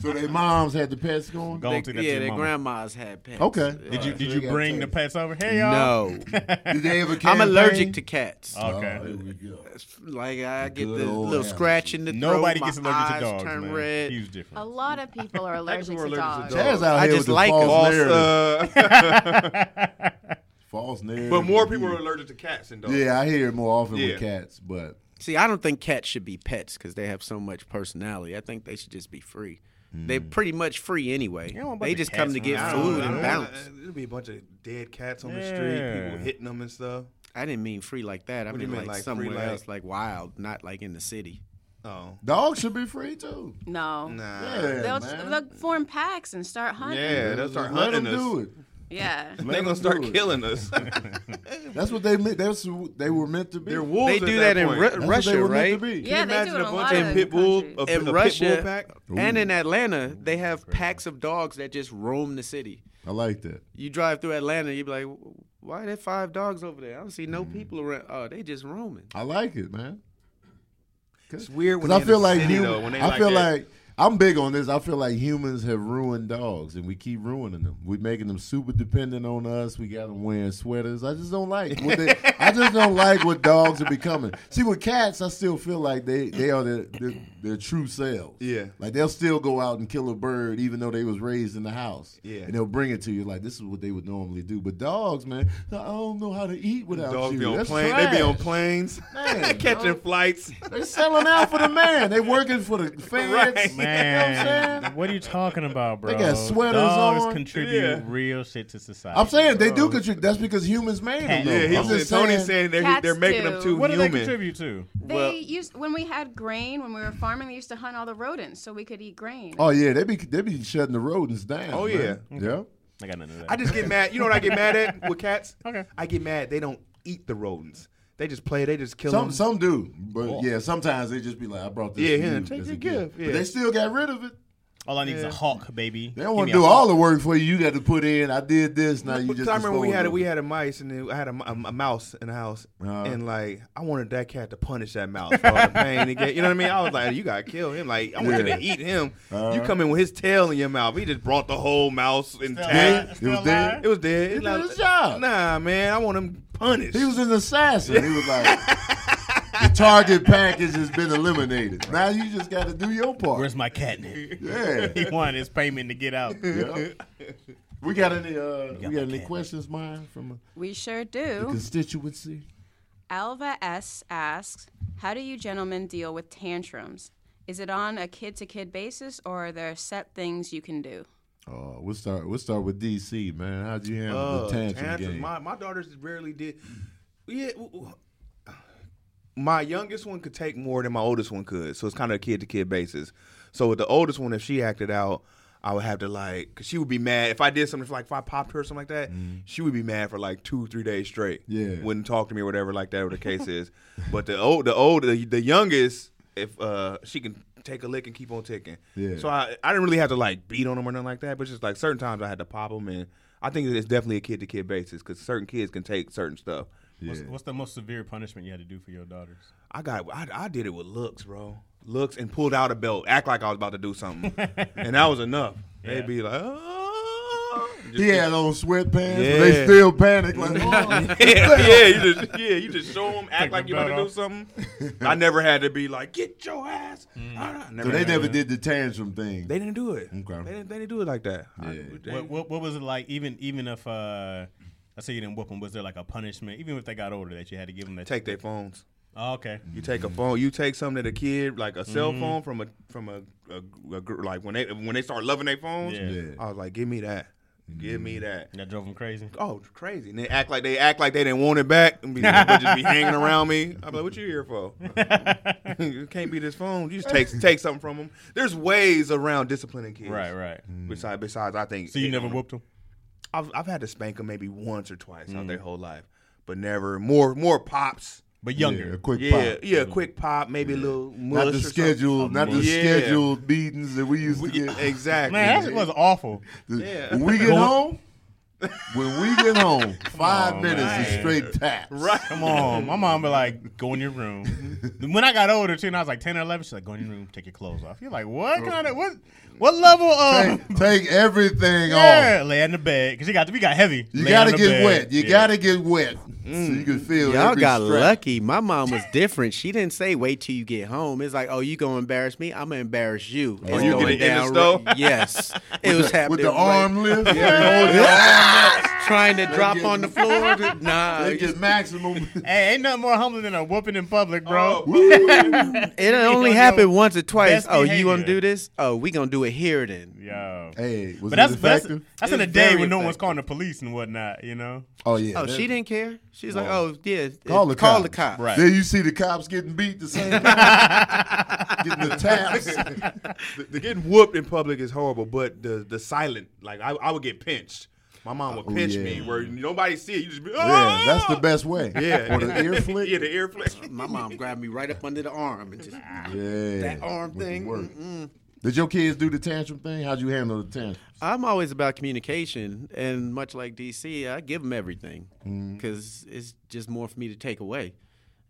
S1: So their moms had the pets going.
S5: Go
S6: They-
S5: on to that to
S6: yeah,
S5: your
S6: their
S5: mama.
S6: grandmas had pets.
S1: Okay.
S5: Did you
S1: All right,
S5: did
S1: so they
S5: you
S1: got
S5: bring the
S1: pets.
S5: pets over? Hey y'all.
S6: No,
S1: Did they ever?
S6: I'm allergic to
S1: campaign?
S6: cats.
S5: Okay.
S1: Oh, here we go.
S6: Like I get
S1: good
S6: the
S1: old
S6: little
S1: animal.
S6: scratch in the throat.
S5: Nobody
S6: my
S5: gets allergic
S6: eyes
S5: to dogs,
S6: Turn
S5: man.
S6: red.
S5: Huge
S4: A
S5: differents.
S4: lot of people are allergic
S3: people
S4: to
S3: are allergic
S4: dogs.
S3: to
S1: Jazz out
S6: I
S1: here with
S6: just
S1: the
S6: like
S1: false
S6: them.
S1: narrative.
S3: Uh,
S1: false narrative.
S3: but more people are allergic to cats and dogs.
S1: Yeah, I hear it more often
S3: Yeah.
S1: with cats, but
S6: See, I don't think cats should be pets because they have so much personality. I think they should just be free. They're pretty much free anyway.
S2: You don't want a bunch
S6: They
S2: of
S6: just
S2: cats
S6: come to
S2: on
S6: get
S2: the
S6: food
S2: island.
S6: and bounce.
S3: There'll be a bunch of dead cats on the
S5: Yeah.
S3: street, people hitting them and stuff.
S6: I didn't mean free like that. I
S3: What do
S6: mean,
S3: you
S6: like,
S3: mean, like, free
S6: somewhere
S3: like-
S6: else, like wild, not like in the city.
S3: Oh,
S1: Dogs should be free too.
S4: No.
S3: nah.
S1: Yeah,
S4: They'll
S1: man.
S4: just look, form packs and start hunting.
S3: Yeah, they'll start
S1: Let
S3: hunting
S1: them
S3: us.
S1: do it.
S4: Yeah.
S3: They're
S1: Let
S3: gonna
S1: 'em
S3: start
S1: do it.
S3: killing us.
S1: That's what they meant. That's what they were meant to be.
S3: They're wolves.
S6: they
S3: at
S6: do
S3: that,
S6: that, in
S3: point.
S6: Ru-
S1: That's what they
S6: Russia,
S1: were meant
S6: right?
S1: to be.
S4: Yeah,
S3: Can you
S4: they do
S3: imagine
S4: it in
S3: a
S4: a
S3: bunch
S4: lot
S3: of
S4: of
S3: pit bull,
S4: countries.
S3: a, a
S6: in
S3: pit
S6: Russia
S3: bull pack?
S6: and in Atlanta, they have packs of dogs that just roam the city.
S1: I like that.
S6: You drive through Atlanta, you be like, why are there five dogs over there? I don't see no people around. Oh, they just roaming.
S1: I like it, man.
S3: It's weird when
S1: Because I
S3: they in
S1: feel
S3: the
S1: like
S3: city,
S1: human-
S3: though, when they
S1: I feel
S3: that.
S1: like I'm big on this. I feel like humans have ruined dogs, and we keep ruining them. We're making them super dependent on us. We got them wearing sweaters. I just don't like. What they, I just don't like what dogs are becoming. See, with cats, I still feel like they they are their their, their true selves.
S3: Yeah.
S1: like they'll still go out and kill a bird, even though they was raised in the house.
S3: Yeah.
S1: and they'll bring it to you like this is what they would normally do. But dogs, man, I don't know how to eat without
S3: Dogs
S1: you.
S3: be on
S1: Oh, That's
S3: planes. They be on
S1: trash.
S3: planes,
S1: Man,
S3: catching flights.
S1: they selling out for the man. They working for the fans. You know
S3: Right.
S1: what I'm
S5: Man,
S1: saying?
S5: what are you talking about, bro?
S1: They got sweaters
S5: Dogs
S1: on.
S5: contribute
S3: Yeah.
S5: real shit to society.
S1: I'm saying they
S3: Uh,
S1: do contribute. That's because humans made them.
S5: Cat.
S1: though.
S3: Yeah, he
S1: I'm
S3: said
S1: just
S3: Tony's
S1: saying-
S3: saying they're,
S4: Cats
S3: they're making them
S4: do.
S3: too
S5: What do they
S3: human.
S5: contribute to?
S4: They
S6: Well-
S4: used when we had grain when we were farming. They used to hunt all the rodents so we could eat grain.
S1: Oh yeah, they be they be shutting the rodents down.
S3: Oh,
S1: man. yeah.
S5: I got nothing to that.
S3: I just get mad. You know what I get mad at with cats?
S5: Okay.
S3: I get mad. They don't eat the rodents. They just play. They just kill
S1: Some
S3: them.
S1: some do, but yeah, sometimes they just be like, I brought this.
S3: Yeah,
S1: to
S3: here,
S1: you
S3: take
S1: as
S3: your
S1: a gift.
S3: gift, yeah.
S1: But they still got rid of it.
S5: All I need is a hawk, baby.
S1: They
S5: Give
S1: don't want
S5: me
S1: to
S5: a
S1: do all
S5: hawk.
S1: the work for you. You got to put in. I did this. Now you
S3: Because
S1: just.
S3: I remember we
S1: dispose
S3: had a,
S1: of
S3: we
S1: it.
S3: had a mice and then I had a, m- a- a mouse in the house
S1: Uh-huh.
S3: and like I wanted that cat to punish that mouse for all the pain he gave. You know what I mean? I was like, you gotta kill him. Like I want you
S1: Yeah.
S3: to eat him. You
S1: Uh-huh.
S3: come in with his tail in your mouth. He just brought the whole mouse
S1: Dead?
S3: intact.
S1: It was
S3: It
S1: dead.
S3: was dead. It
S1: did
S3: like-
S1: his job.
S3: Nah, man, I want him punished.
S1: He was an assassin. He was like, the target package has been eliminated. Now you just got to do your part.
S5: Where's my catnip?
S1: Yeah.
S5: he wanted his payment to get out.
S1: yeah. We got any uh we got,
S5: my
S1: any
S5: cat.
S1: questions, Maya, from
S4: We
S1: the
S4: sure do.
S1: constituency?
S4: Alva S asks, "How do you gentlemen deal with tantrums? Is it on a kid-to-kid basis, or are there set things you can do?"
S1: Oh, we'll start we'll start with DC, man. How'd you handle
S3: Uh,
S1: the tantrum,
S3: tantrum.
S1: game?
S3: My my daughters rarely did. Yeah, w- w- my youngest one could take more than my oldest one could, so it's kind of a kid to kid basis. So with the oldest one, if she acted out, I would have to like, cause she would be mad if I did something. Like if I popped her or something like that, she would be mad for like two three days straight.
S1: Mm-hmm. Yeah.
S3: wouldn't talk to me or whatever like that. Or the case is, but the old the old the, the youngest, if uh she can. Take a lick and keep on ticking.
S1: Yeah.
S3: So I, I didn't really have to like beat on them or nothing like that, but just like certain times I had to pop them, and I think it's definitely a kid to kid basis because certain kids can take certain stuff.
S5: What's, what's the most severe punishment you had to do for your daughters?
S3: I got I, I did it with looks, bro. Looks and pulled out a belt, act like I was about to do something, and that was enough. They'd be like, oh. Just-
S1: he had on sweatpants, but
S3: Yeah.
S1: they still panic like oh.
S3: yeah, yeah, you just yeah, you just show them, act
S5: Take
S3: like
S5: the
S3: you about to
S5: belt
S3: do something. I never had to be like, get your ass. out of-"
S1: So
S3: Never
S1: they
S3: had
S1: never
S3: that.
S1: did the tantrum thing.
S3: Mm. They didn't do it.
S1: Okay.
S3: They didn't. They didn't do it like that. I-
S1: Yeah.
S3: they-
S5: What, what, what was it like? Even even if uh, I say you didn't whoop them, was there like a punishment? Even if they got older, that you had to give them that.
S3: take their phones.
S5: Oh, okay.
S3: You take
S1: Mm.
S3: a phone. You take something that a kid like a cell phone from a from a, a, a gr- like when they when they start loving their phones.
S5: Yeah.
S1: Yeah. Mm.
S3: I was like, give me that, give me that.
S5: That drove them crazy.
S3: Oh, it's crazy! And they act like they act like they didn't want it back, and be, but just be hanging around me. I'm like, what you here for? it can't be this phone. You just take take something from them. There's ways around disciplining kids.
S5: Right, right.
S3: Besides, besides, I think
S5: So you never whooped them?
S3: I've, I've had to spank them maybe once or twice out
S5: Mm.
S3: their whole life, but never more more pops.
S5: But
S1: Yeah, a
S5: younger.
S1: quick
S3: Yeah,
S1: pop.
S3: yeah, a quick pop, maybe a little
S1: Not
S3: mush
S1: the
S3: or something.
S1: scheduled, not the
S3: Yeah.
S1: scheduled meetings that we used to
S3: We-
S1: get.
S3: exactly.
S5: Man, that was awful.
S1: When we get home, when we get home, five
S5: on,
S1: minutes is
S5: man.
S1: straight taps.
S3: right.
S5: Come on. My mom be like, go in your room. when I got older, too, and I was like 10 or 11, she's like, go in your room, take your clothes off. You're like, what kind of, what what level of.
S1: Take, take everything off.
S5: Yeah, lay in the bed. Because got, we got heavy.
S1: You
S5: Lay
S1: gotta
S5: on the
S1: get
S5: bed.
S1: wet. You
S5: Yeah.
S1: gotta get wet so you can feel.
S6: Y'all
S1: every
S6: got
S1: strap.
S6: lucky. My mom was different. She didn't say wait till you get home. It's like, oh, you gonna embarrass me? I'm gonna embarrass you. It's
S3: you
S6: going
S3: get it in the
S6: down
S3: stove?
S6: right- Yes, it was
S1: with
S6: happening
S1: the
S6: right-
S1: arm lift. Yeah.
S6: trying to drop on the floor. to- Nah,
S1: They get
S6: it
S1: maximum.
S5: Hey, ain't nothing more humbling than a whooping in public,
S1: Oh.
S5: bro.
S6: only
S5: on
S6: happened
S5: your
S6: once or twice.
S5: best
S6: Oh, you gonna
S5: behavior.
S6: do this? Oh, we gonna do it here then.
S5: Yo.
S1: hey, was
S5: But
S1: it
S5: that's, but that's
S1: effective?
S5: that's in a
S6: It's
S5: day
S6: very
S5: when no one's
S6: effective.
S5: calling the police and whatnot, you know.
S1: oh yeah.
S6: Oh,
S1: that-
S6: she didn't care. She's like,
S1: Well,
S6: oh yeah,
S1: Call the
S6: call
S1: cops.
S6: the cops.
S5: Right.
S1: Then you see the cops getting beat the same time. getting the taps.
S3: The, the getting whooped in public is horrible, but the the silent, like I, I would get pinched. My mom would pinch
S1: Oh, yeah.
S3: me where nobody see it. You just be, oh!
S1: Yeah, that's the best way.
S3: Yeah.
S1: Or the ear flick.
S3: Yeah, the ear flick.
S6: My mom grabbed me right up under the arm and just
S1: Yeah.
S6: that arm
S1: Would
S6: thing.
S1: work.
S6: mm-mm.
S1: Did your kids do the tantrum thing? How'd you handle the tantrum?
S6: I'm always about communication, and much like DC, I give them everything
S1: Mm-hmm.
S6: because it's just more for me to take away.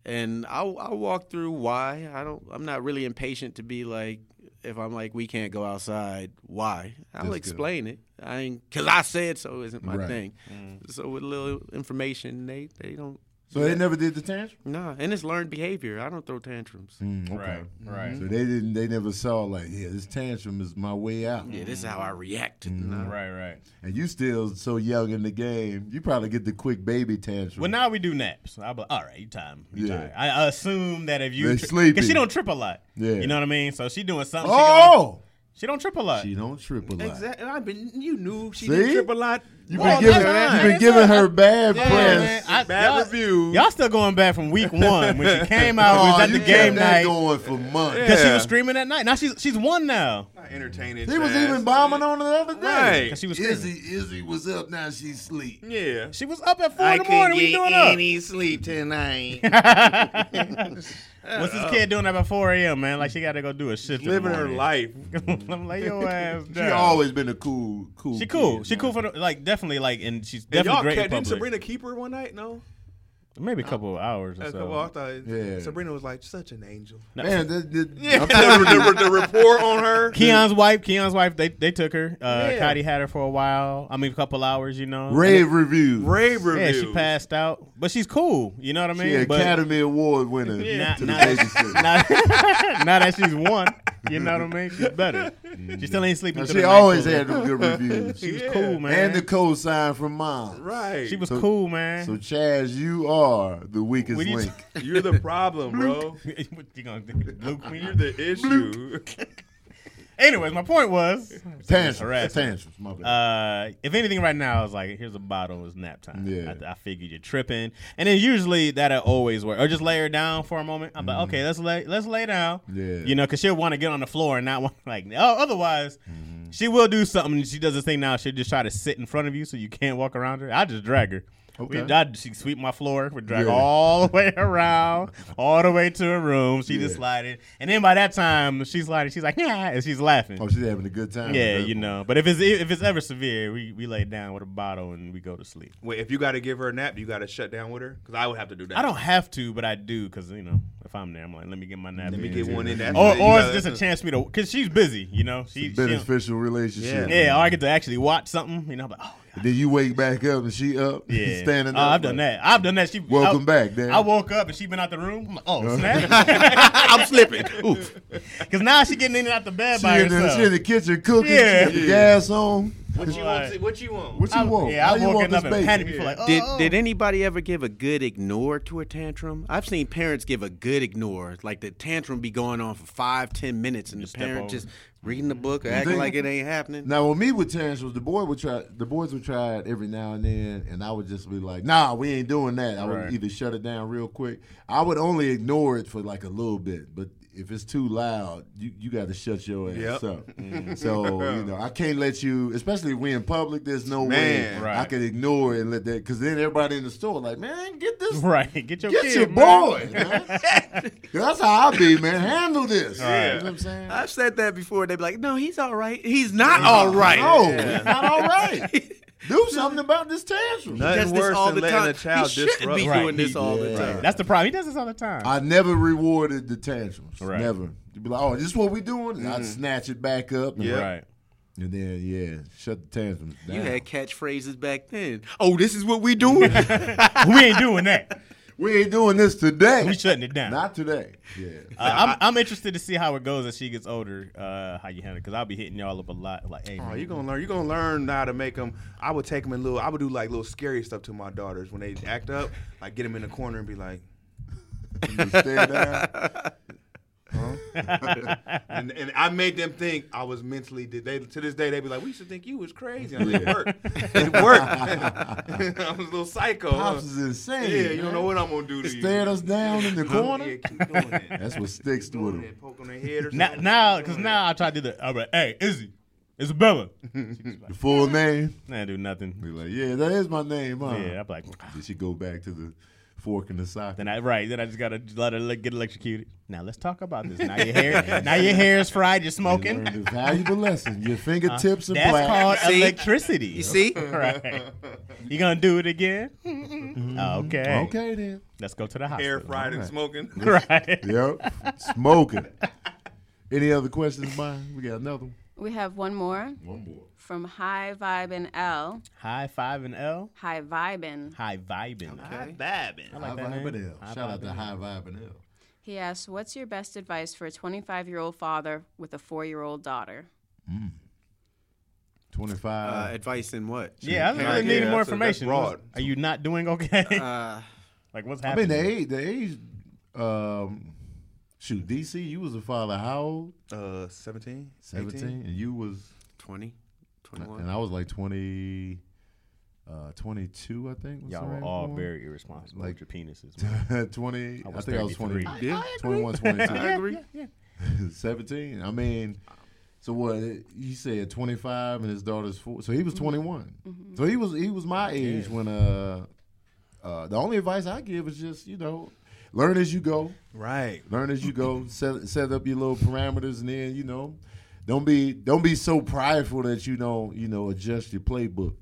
S6: And I'll, I'll walk through why I don't. I'm not really impatient to be like, if I'm like, we can't go outside. Why? I'll explain it. I ain't because I said so. Isn't my
S1: Right.
S6: thing. So with little information, they they don't.
S1: So they never did the tantrum.
S6: Nah, and it's learned behavior. I don't throw tantrums.
S1: Mm,
S5: Right, right.
S1: So they didn't. They never saw like, yeah, this tantrum is my way out.
S6: Yeah, this is how I react.
S3: Mm-hmm.
S6: Nah.
S5: Right, right.
S1: And you still so young in the game. You probably get the quick baby tantrum.
S5: Well, now we do naps. I'll be like, all right, you time. You
S1: Yeah.
S5: tired. I assume that if you
S1: They
S5: because
S1: sleepy.
S5: she don't trip a lot.
S1: Yeah.
S5: You know what I mean? So she doing something. she gonna-
S1: oh,
S5: she, don't trip a lot.
S1: she don't trip a lot.
S3: Exactly. I've been. You knew she
S1: See?
S3: didn't trip a lot.
S1: You've
S5: Well,
S1: been giving,
S5: that's fine.
S1: you've been
S5: That's
S1: giving
S5: fine.
S1: her bad
S5: Yeah, man.
S1: press.
S5: I-
S3: Bad
S5: y'all-
S3: reviews.
S5: Y'all still going back from week one when she came out. we was at
S1: Oh, you
S5: the
S1: kept
S5: game
S1: that
S5: night
S1: going for months.
S5: because she
S3: Yeah.
S5: was screaming at night. Now she's she's one now
S3: Not entertaining.
S1: He was
S3: fast.
S1: even bombing on the other day.
S3: Right.
S5: because she was
S1: Izzy,
S5: screaming.
S1: Izzy was up. Now she's sleep.
S3: Yeah.
S5: She was up at four in the morning. We doing up.
S3: sleep tonight.
S5: What's this kid doing up at four a.m. Man, like she got to go do a shit. in the
S3: Living her
S5: morning.
S3: life.
S5: I'm like yo ass.
S1: She
S5: down.
S1: always been a cool, cool.
S5: She cool.
S1: kid,
S5: She
S1: man.
S5: cool for the, like definitely like and she's
S3: And y'all
S5: definitely great
S3: cat-
S5: in
S3: didn't
S5: public.
S3: Sabrina keep her one night? No.
S5: Maybe a couple of hours or
S3: That's
S5: so.
S3: what I thought.
S1: Yeah.
S3: Sabrina was like such an angel.
S1: Man, that, that,
S3: I'm telling you, the, the rapport on her.
S5: Keon's wife, Keon's wife, they they took her. Uh,
S3: Yeah.
S5: Cotty had her for a while. I mean, a couple hours, you know.
S1: rave reviews.
S3: Rave
S5: Yeah,
S3: reviews.
S5: she passed out, but she's cool. You know what I mean?
S1: She
S5: but
S1: Academy Award winner
S5: Now,
S1: to the
S5: now-
S1: babysitter.
S5: now- now that she's won, you know what I mean? She's better. She still ain't sleeping.
S1: And Mm-hmm. she
S5: till the
S1: always
S5: next
S1: had
S5: one.
S1: them good reviews.
S5: She was cool, man.
S1: and the co-sign from mom.
S3: Right.
S5: she was
S1: so-
S5: cool, man.
S1: So Chaz, you are the weakest
S5: We need-
S1: link.
S3: You're the problem, bro.
S5: what you gonna do, Blue
S3: You're
S5: Queen?
S3: the issue.
S5: Anyways, my point was,
S1: Tantrums,
S5: Harassment.
S1: tantrums, my bad.
S5: uh, if anything, right now, I was like, here's a bottle, it's nap time.
S1: Yeah.
S5: I, I figured you're tripping, and then usually that'll always work. Or just lay her down for a moment. I'm like, okay, let's lay, let's lay down.
S1: Mm-hmm. Yeah.
S5: you know, because she'll want to get on the floor and not want like, oh, otherwise,
S1: Mm-hmm.
S5: she will do something. She does this thing now. She'll just try to sit in front of you so you can't walk around her. I just drag her.
S1: Okay.
S5: We, I, she sweep my floor. We drag
S1: Yeah.
S5: all the way around, all the way to her room. She just
S1: Yeah.
S5: slided, and then by that time she's sliding. She's like, yeah, and she's laughing.
S1: oh, she's having a good time.
S5: Yeah,
S1: with
S5: you
S1: that.
S5: know. But if it's if it's ever severe, we, we lay down with a bottle and we go to sleep.
S3: Wait, if you got to give her a nap, you got to shut down with her? Because I would have to do that.
S5: I don't have to, but I do because you know if I'm there, I'm like, let me get my nap.
S3: Let me
S5: in,
S3: get
S5: too.
S3: one in. That's
S5: Or
S3: it. You
S5: or it's
S3: gotta-
S5: just a chance for me to because she's busy, you know. She, she don't-
S1: beneficial relationship.
S5: yeah. Or I get to actually watch something, you know. I'm like, oh God.
S1: Then you wake back up and she up,
S5: yeah.
S1: standing
S5: Oh,
S1: up.
S5: I've done that. I've done that. She
S1: Welcome
S5: I-
S1: back, Dad.
S5: I woke up and she been out the room. I'm like, oh snap!
S6: I'm slipping. Oof.
S5: Because now she getting in and out the bed
S1: She
S5: by
S1: in, the,
S5: herself.
S1: she in the kitchen cooking.
S5: Yeah.
S1: Yeah. She got the gas on.
S3: What you
S5: Right.
S3: want? to- What you want?
S1: What you
S5: I-
S1: want?
S5: yeah,
S1: How
S5: I'm
S1: you want
S5: walking
S1: this
S5: up and
S1: baby?
S5: panic people like, oh,
S6: Did
S5: oh.
S6: did anybody ever give a good ignore to a tantrum? I've seen parents give a good ignore, like the tantrum be going on for five, ten minutes, and the
S5: step
S6: parent
S5: over.
S6: just reading the book or acting
S1: think-
S6: like it ain't happening.
S1: Now with me with Terrence was the boy would try the boys would try it every now and then and I would just be like, nah, we ain't doing that. I would
S5: Right.
S1: either shut it down real quick. I would only ignore it for like a little bit, but if it's too loud, you, you got to shut your ass
S3: Yep.
S1: up.
S5: Mm-hmm.
S1: so you know I can't let you, especially if we in public. There's no way
S3: Man.
S1: I
S5: Right.
S1: could ignore it and let that because then everybody in the store like, man, get this,
S5: right? Get your
S1: get
S5: kid,
S1: your
S5: man.
S1: boy. man. That's how I be, man. Handle this. You know what I'm saying?
S6: I've said that before. They'd be like, "No, he's all right. He's not all right."
S1: No, it's not all right. Do something about this tantrum.
S3: Nothing
S6: Does this
S3: worse
S6: all
S3: than
S6: the
S3: letting
S6: time.
S3: a child
S6: he shouldn't
S3: disrupt-
S6: be
S5: Right.
S6: doing this all the
S1: Yeah.
S6: time.
S5: That's the problem. He does this all the time.
S1: I never rewarded the tantrums.
S5: Right.
S1: Never. You'd be like, oh, this is what we doing? And I'd snatch it back up. And,
S3: Mm. Yeah.
S5: Right.
S1: and then, yeah, shut the tantrums down.
S6: You had catchphrases back then. Oh, this is what we doing.
S5: we ain't doing that.
S1: We ain't doing this today.
S7: We shutting it down.
S1: Not today. Yeah.
S5: Uh, I'm, I'm interested to see how it goes as she gets older. Uh, how you handle? Because I'll be hitting y'all up a lot. Like, hey,
S3: Oh,
S5: man,
S3: you gonna learn. You gonna learn how to make them. I would take them in little. I would do like little scary stuff to my daughters when they act up. Like get them in the corner and be like,
S1: You stay down.
S3: and, and I made them think I was mentally. Did they to this day they be like, we used to think you was crazy. And I like, it worked. It worked. I was a little psycho. huh?
S1: Pops is insane.
S3: Yeah, you don't know
S1: man.
S3: what I'm gonna do to you.
S1: Stared us down in the
S3: Yeah,
S1: corner.
S3: keep doing that.
S1: That's what sticks
S3: Doing
S1: with him.
S3: that, Poke on their head or
S7: Now,
S3: something.
S7: now, because now I try to do the. I'm like, hey, Izzy, Isabella.
S1: The full name.
S5: I do nothing.
S1: Be like, yeah, that is my name, huh?
S5: Yeah, I'm like,
S1: Did she go back to the fork in the socket?
S5: then I right. Then I just gotta let her le- get electrocuted. Now let's talk about this. Now your hair, now your hair is fried. You're
S1: You
S5: smoking.
S1: learned a valuable lesson. Your fingertips are
S5: That's
S1: black.
S5: called
S6: See?
S5: electricity.
S6: You see?
S5: Right. You gonna do it again? okay.
S1: Okay then.
S5: Let's go to the hospital.
S3: air fried and smoking.
S5: Right.
S1: Yep. Smoking. Any other questions, mine? We got another one.
S4: We have one more
S1: One more.
S4: from High Vibin' L.
S5: High five and L.
S4: High Vibin'.
S5: High vibing. High vibing. I
S1: High
S5: like that name.
S1: Vibe and L.
S5: High
S1: Shout out
S5: Vibe
S1: to
S5: and L.
S1: High Vibe and L.
S4: He asks, "What's your best advice for a 25-year-old father with a 4-year-old daughter?"
S6: Uh,
S1: 25.
S6: advice in what?
S5: Yeah, I
S3: Yeah,
S5: really
S3: yeah,
S5: need more
S3: that's- that's
S5: information.
S3: broad.
S5: Are you not doing okay?
S6: Uh,
S5: like what's
S1: I mean,
S5: happening?
S1: the age, the age, um, shoot, DC, you was a father how old?
S3: Uh, 17?
S1: 17. And you was,
S6: 20, 21.
S1: and I was like 20, uh, 22, I think. was
S5: Y'all
S1: the
S5: were
S1: right
S5: all
S1: one.
S5: very irresponsible
S1: Like-
S5: like, with your penises. man.
S1: 20,
S5: I
S1: I,
S5: was
S1: think I was
S5: 33.
S1: 20,
S6: Yeah.
S1: 21, 22.
S6: agree.
S1: 17. I mean, so what? He said 25, and his daughter's four. So he was 21. So he was he was my age when uh, uh, the only advice I give is just you know, learn as you go,
S3: Right.
S1: learn as you go, set set up your little parameters, and then you know, don't be don't be so prideful that you don't you know adjust your playbook.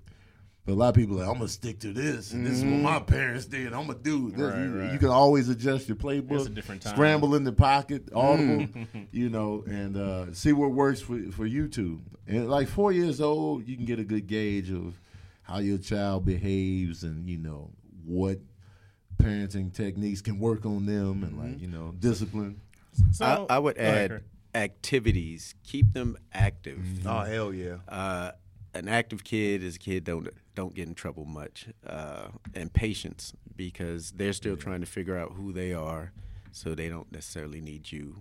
S1: But a lot of people are like, I'm gonna stick to this, and this is what my parents did. I'm gonna do this. you, you can always adjust your playbook.
S5: It's a different time. Mm.
S1: Scramble in the pocket, audible, you know, and uh, see what works for for you two. And like four years old, you can get a good gauge of how your child behaves, and you know what parenting techniques can work on them, and
S5: Mm-hmm.
S1: like you know discipline.
S5: So-
S6: I, I would
S5: Go ahead,
S6: add
S5: Kurt.
S6: activities. Keep them active.
S5: Mm-hmm.
S3: Oh, hell yeah.
S6: Uh, an active kid is a kid don't don't get in trouble much. Uh, and patience because they're still trying to figure out who they are, so they don't necessarily need you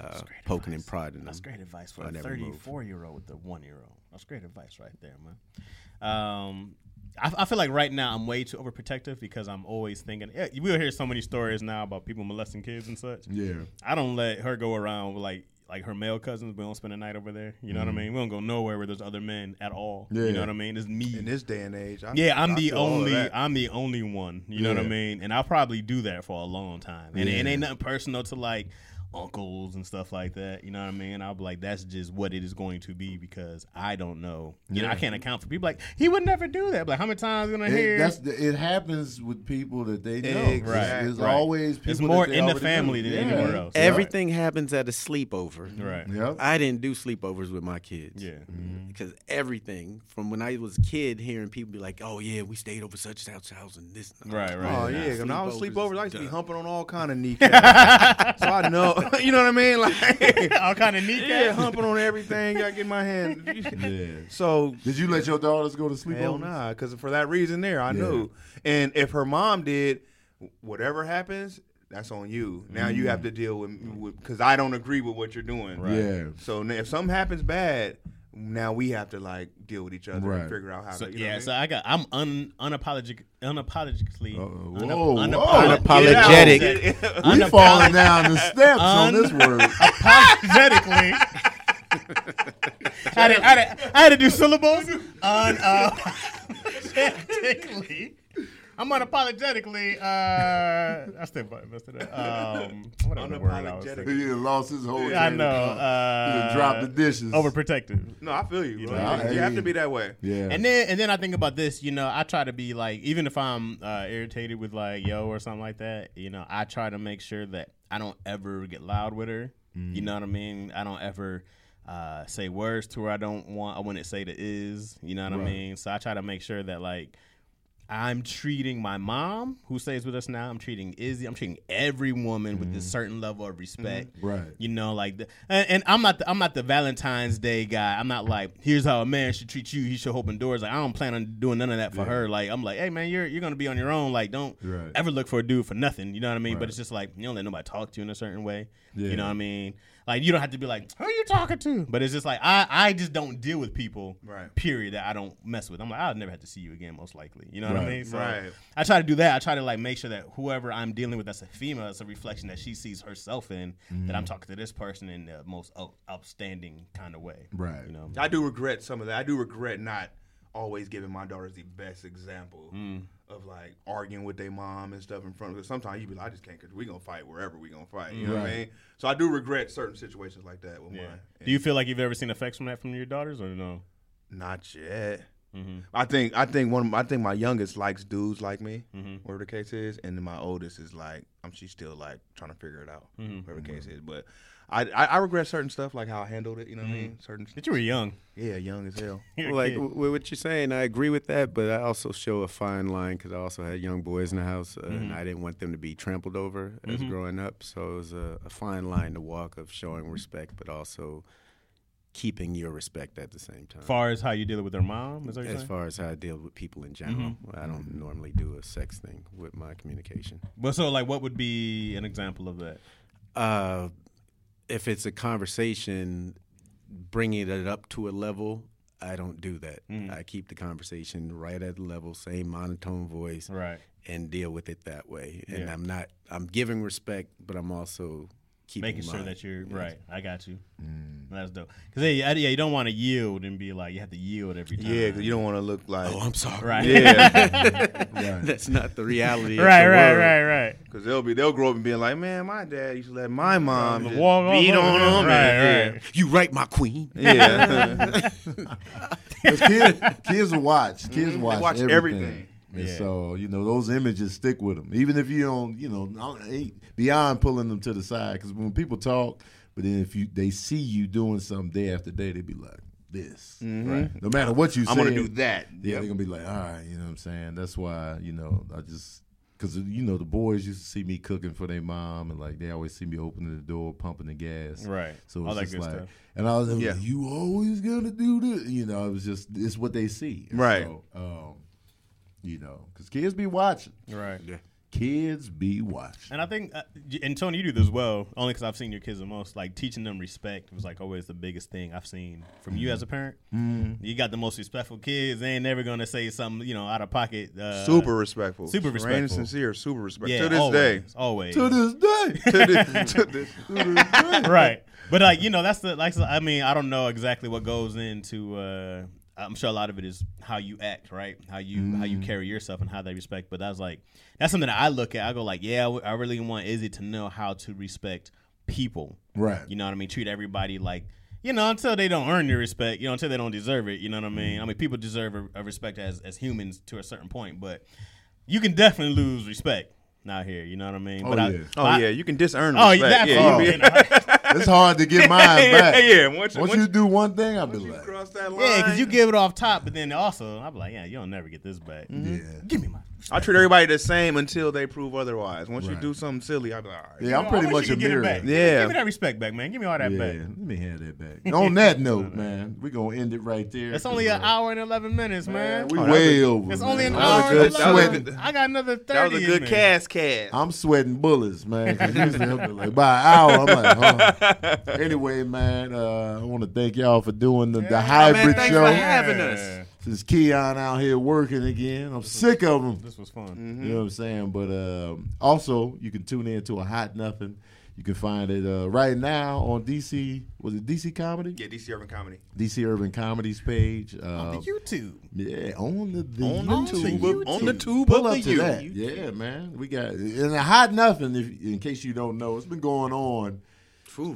S6: uh, poking and prodding them.
S5: That's great advice for
S6: on
S5: a
S6: every move.
S5: 34 year old with a one year old. That's great advice right there, man. Um, I, I feel like right now I'm way too overprotective because I'm always thinking. Yeah, we'll hear so many stories now about people molesting kids and such.
S1: Yeah.
S5: I don't let her go around with like like her male cousins. We don't spend a night over there. You know what I mean? We don't go nowhere where there's other men at all.
S1: Mm-hmm. Yeah.
S5: You know what I mean? It's me.
S3: In this day and age, I,
S5: Yeah, I'm
S3: I
S5: the
S3: feel all of
S5: only
S3: that.
S5: I'm the only one. You know what I
S1: Yeah.
S5: mean? And I'll probably do that for a long time. And it
S1: Yeah.
S5: ain't nothing personal to like uncles and stuff like that. You know what I mean? I'll be like, that's just what it is going to be because I don't know. You know, I can't account for people like he would never do that. Like how many times gonna hear
S1: It, that's the, it happens with people that they know.
S3: Exactly.
S1: It's- It's
S5: Right.
S1: always people.
S5: it's
S1: that
S5: more
S1: they
S5: in the
S1: already know.
S5: family than
S1: Yeah.
S5: anywhere else.
S6: Everything happens at a sleepover.
S5: Right.
S1: Yep.
S6: I didn't do sleepovers with my kids.
S5: Yeah. Mm-hmm.
S6: Because everything from when I was a kid, hearing people be like, "Oh yeah, we stayed over such and such house and this." and all
S5: Right,
S6: that."
S5: right.
S3: Oh
S5: Nah.
S3: yeah, when I was
S6: Sleepovers
S3: sleepovers,
S6: is
S3: I used to be
S6: done.
S3: humping on all kind of kneecaps. so I know, you know what I mean? Like,
S5: All kind of neat.
S3: yeah, humping on everything. I get my hand.
S1: Yeah.
S3: So
S1: Did you let your daughters go to sleep?
S3: hell
S1: on
S3: nah, because for that reason, there I knew. And if her mom did, whatever happens, that's on you. Now you have to deal with because I don't agree with what you're doing.
S1: Yeah.
S3: So n- if something happens bad, now we have to like deal with each other
S1: Right.
S3: and figure out how.
S5: So,
S3: to, you know what I
S5: yeah,
S3: mean?
S5: so I got I'm un unapologetic unapologetically
S3: Oh,
S1: Uh-oh.
S5: unap-
S1: Whoa, whoa.
S5: unapolo-
S6: Unapologetic.
S1: We
S5: Unapolo-
S1: falling down the steps on this word.
S5: apologetically. I, had to, I, had to, I had to do syllables. uh, Unapologetically. I'm unapologetically. Uh, I still messed it up. Um, whatever the word I was
S3: Unapologetic.
S5: thinking.
S1: He done lost his whole.
S5: I
S1: train of
S5: know.
S1: thought. He
S5: Uh,
S1: done dropped the dishes.
S5: Overprotective.
S3: no, I feel you. bro.
S5: know,
S3: you have
S1: hey.
S3: to be that way.
S1: yeah.
S5: And then and then I think about this, you know, I try to be like even if I'm uh, irritated with like yo or something like that, you know, I try to make sure that I don't ever get loud with her.
S1: Mm-hmm.
S5: You know what I mean? I don't ever uh, say words to her I don't want. I wouldn't say the is, you know what I mean? So I try to make sure that like I'm treating my mom, who stays with us now. I'm treating Izzy. I'm treating every woman with this certain level of respect.
S1: Mm-hmm. Right.
S5: You know, like, the, and, and I'm not, the, I'm not the Valentine's Day guy. I'm not like, here's how a man should treat you. He should open doors. Like, I don't plan on doing none of that for her. Like, I'm like, hey man, you're you're gonna be on your own. Like, don't
S1: Right.
S5: ever look for a dude for nothing. You know what I mean? But it's just like you don't let nobody talk to you in a certain way.
S1: Yeah.
S5: You know what I mean? Like, you don't have to be like, who are you talking to? But it's just like I, I just don't deal with people.
S3: Right.
S5: Period. That I don't mess with. I'm like, I'll never have to see you again, most likely. You know what I
S1: Right.
S5: mean?
S3: Right.
S5: I try to do that. I try to like make sure that whoever I'm dealing with that's a female, it's a reflection that she sees herself in. That
S3: Mm-hmm.
S5: I'm talking to this person in the most out- outstanding kind of way.
S1: Right.
S5: You know.
S3: I do regret some of that. I do regret not always giving my daughters the best example
S5: Mm.
S3: of like arguing with their mom and stuff in front of us. Sometimes you be like, I just can't because we gonna fight wherever we gonna fight. You know what I mean? So I do regret certain situations like that with mine.
S5: Do you feel like you've ever seen effects from that from your daughters or no? Mm-hmm.
S3: Not yet. I think I think one of my, I think my youngest likes dudes like me,
S5: Mm-hmm.
S3: whatever the case is, and then my oldest is like um, she's still like trying to figure it out,
S5: Mm-hmm.
S3: whatever the case is. But I, I I regret certain stuff like how I handled it. You know what I mean? Certain
S5: But Mm-hmm. you were young.
S3: yeah, young as hell.
S5: You're a
S6: like
S5: kid.
S6: w- w- what you're saying, I agree with that, but I also show a fine line because I also had young boys in the house, uh,
S5: Mm-hmm.
S6: and I didn't want them to be trampled over as growing up. So it was a, a fine line to walk of showing respect, but also keeping your respect at the same time.
S5: far as how you Mm-hmm. dealing with their mom, is that what you're
S6: as
S5: saying?
S6: far as how I deal with people in general, I don't normally do a sex thing with my communication.
S5: Well, so like, what would be an example of that?
S6: uh, if it's a conversation, bringing it up to a level, I don't do that.
S5: Mm-hmm.
S6: I keep the conversation right at the level, same monotone voice,
S5: Right.
S6: and deal with it that way. And I'm not, I'm giving respect, but I'm also keeping
S5: Making sure
S6: mine.
S5: that you're right. I got you.
S3: Mm.
S5: That's dope. Because yeah, you don't want to yield and be like you have to yield every time.
S3: Yeah, because you don't want to look like
S6: Oh, I'm sorry.
S5: Right.
S3: yeah,
S6: That's not the reality.
S5: right,
S6: of the
S5: right,
S6: world.
S5: right, right.
S3: because they'll be they'll grow up and be like, man, my dad used to let my mom just
S5: wall-
S3: beat
S5: wall-
S3: on
S5: wall-
S3: him.
S5: right,
S3: and-
S6: You right, my queen.
S3: Yeah, yeah.
S1: 'Cause kids, kids watch. Kids watch,
S3: watch
S1: everything.
S3: everything.
S1: And so you know those images stick with them, even if you don't. You know, not- ain't beyond pulling them to the side, because when people talk, but then if you they see you doing something day after day, they be like this. Right. No matter what you say,
S3: I'm gonna do that.
S1: Yeah, they're gonna be like, all right, you know what I'm saying. That's why you know I just because you know the boys used to see me cooking for their mom, and like they always see me opening the door, pumping the gas,
S5: Right.
S1: So
S5: All
S1: it's
S5: that
S1: just
S5: good
S1: like,
S5: stuff.
S1: and I was like,
S3: Yeah.
S1: you always gonna do this, you know. It was just it's what they see, And
S3: Right.
S1: So, um, you know, because kids be watching,
S5: Right.
S1: kids be watching.
S5: And I think, uh, y- and Tony, you do this as well, only because I've seen your kids the most. Like teaching them respect was like always the biggest thing I've seen from
S3: Mm-hmm.
S5: you as a parent. You got the most respectful kids; they ain't never gonna say something you know out of pocket. Uh,
S3: super respectful,
S5: super
S3: Serene
S5: respectful.
S3: and sincere, super respectful
S5: yeah,
S3: to this
S5: always,
S3: day.
S5: always
S1: To this day,
S3: to this, to this, to this day.
S5: right. But like you know, that's the like I mean, I don't know exactly what goes into. uh I'm sure a lot of it is how you act, right? How you how
S1: Mm.
S5: you carry yourself and how they respect. But that's like that's something that I look at. I go like, yeah, I w- I really want Izzy to know how to respect people.
S1: Right.
S5: You know what I mean? Treat everybody like. You know, until they don't earn your respect, you know, until they don't deserve it, you know what I mean? I mean, people deserve a, a respect as, as humans to a certain point, but you can definitely lose respect out here, you know what I mean?
S1: Oh,
S5: but I-
S1: yeah.
S3: Oh
S5: I-
S3: yeah, you can disearn.
S5: Oh,
S3: respect.
S5: yeah,
S3: yeah, you
S5: absolutely.
S3: be-
S1: it's hard to get mine
S3: Yeah,
S1: back.
S3: yeah, once you-
S1: once,
S3: once
S1: you do one thing, I'll be
S3: you
S1: like,
S3: cross that line.
S5: Yeah, because you give it off top, but then also I'm like, yeah, you don't never get this back.
S3: Mm-hmm.
S1: yeah.
S5: Give me my.
S3: I treat everybody the same until they prove otherwise. Once you
S1: Right.
S3: do something silly, I be like, all right.
S1: Yeah, I'm
S5: I
S1: pretty
S5: wish
S1: much
S5: you
S1: a
S5: could get it
S1: mirror.
S5: back.
S3: Yeah.
S5: give me that respect back, man. Give me all that
S1: Yeah,
S5: back.
S1: let me have that back. On that note, man, we're gonna end it right there.
S5: It's only an hour and eleven minutes, man.
S1: We
S3: Oh, that was
S1: way
S3: a-
S1: over.
S5: it's only an
S1: man.
S3: That was a
S5: hour.
S3: good-
S5: and
S3: that was a
S5: 11.
S3: good-
S5: I got another thirty.
S3: that was a good
S5: in me.
S3: cast, cast.
S1: I'm sweating bullets, man. 'cause usually I'll be like, by an hour, I'm like, huh. Anyway, man, uh, I want to thank y'all for doing the, the hybrid
S6: thanks
S1: show.
S6: for having us.
S1: Since Keon out here working again, I'm sick of him.
S5: This was fun.
S1: You know what I'm saying? But um, also, you can tune in to a hot nothing. You can find it uh, right now on DC. Was it DC Comedy?
S3: yeah, DC Urban Comedy.
S1: DC Urban Comedy's page. Uh,
S5: The YouTube.
S1: Yeah, on the, the
S3: On the
S1: YouTube.
S3: tube of- on the tube
S1: Pull
S3: of
S1: up
S3: the
S1: to that.
S3: YouTube.
S1: Yeah, man. We got and a hot nothing. If, in case you don't know, it's been going on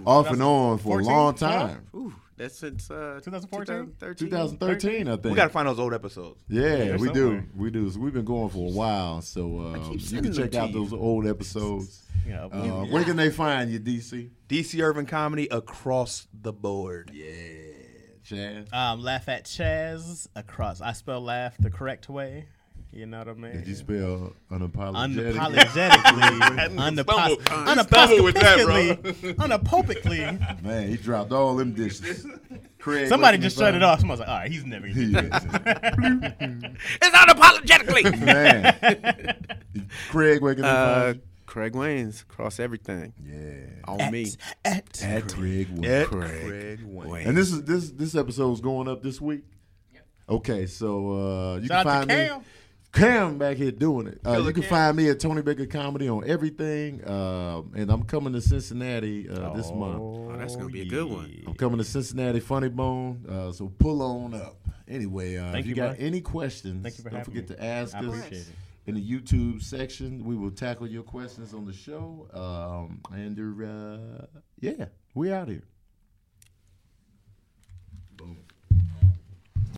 S1: off and on for a
S5: 14,
S1: long
S5: huh?
S1: time.
S6: Ooh, that's since uh,
S5: 2014?
S1: 2013, I think.
S3: We gotta find those old episodes.
S1: yeah, we do.
S5: somewhere.
S1: We do. So we've been going for a while. So uh, you
S6: sending
S1: can check
S6: them to
S1: out
S6: you.
S1: those old episodes.
S5: Yeah,
S1: Uh,
S3: Um,
S1: Where can they find you, DC?
S3: DC Urban Comedy across the board.
S1: Chad.
S5: um, laugh at Chaz across. I spell laugh the correct way.
S2: You know what I mean?
S1: Did you spell unapologetic?
S2: Unapologetically,
S3: Stumble-
S2: unapos-
S3: stumble with that, bro.
S2: unapologetically, unapopically.
S1: Man, he dropped all them dishes. Craig,
S5: Somebody
S1: what
S5: just
S1: can
S5: shut
S1: you
S5: it off. Somebody's like, all right, he's never. Gonna
S1: find? Yeah.
S6: It's unapologetically.
S1: Man. Craig, where can they
S6: uh,
S1: find
S6: Craig Wayne's cross everything
S1: you? Yeah.
S6: on me.
S2: At
S1: At Craig Wood.
S3: Craig Wayne.
S1: And this is this this episode's going up this week. Okay, so uh, you
S5: Shout
S1: can
S5: out
S1: find
S5: to Cam.
S1: me. Cam back here doing it. Uh, you can
S3: Cam.
S1: find me at Tony Baker Comedy on everything, Um and I'm coming to Cincinnati uh, this month.
S6: Oh, that's gonna be a good one.
S1: I'm coming to Cincinnati Funny Bone, uh, so pull on up. Anyway, uh, if
S5: Thank
S1: you,
S5: you,
S1: got
S5: bro.
S1: any questions,
S5: Thank you for
S1: don't
S5: having
S1: forget
S5: me.
S1: to ask
S5: I
S1: us
S5: appreciate it.
S1: in the YouTube section. We will tackle your questions on the show. Um, and uh, yeah, we out here.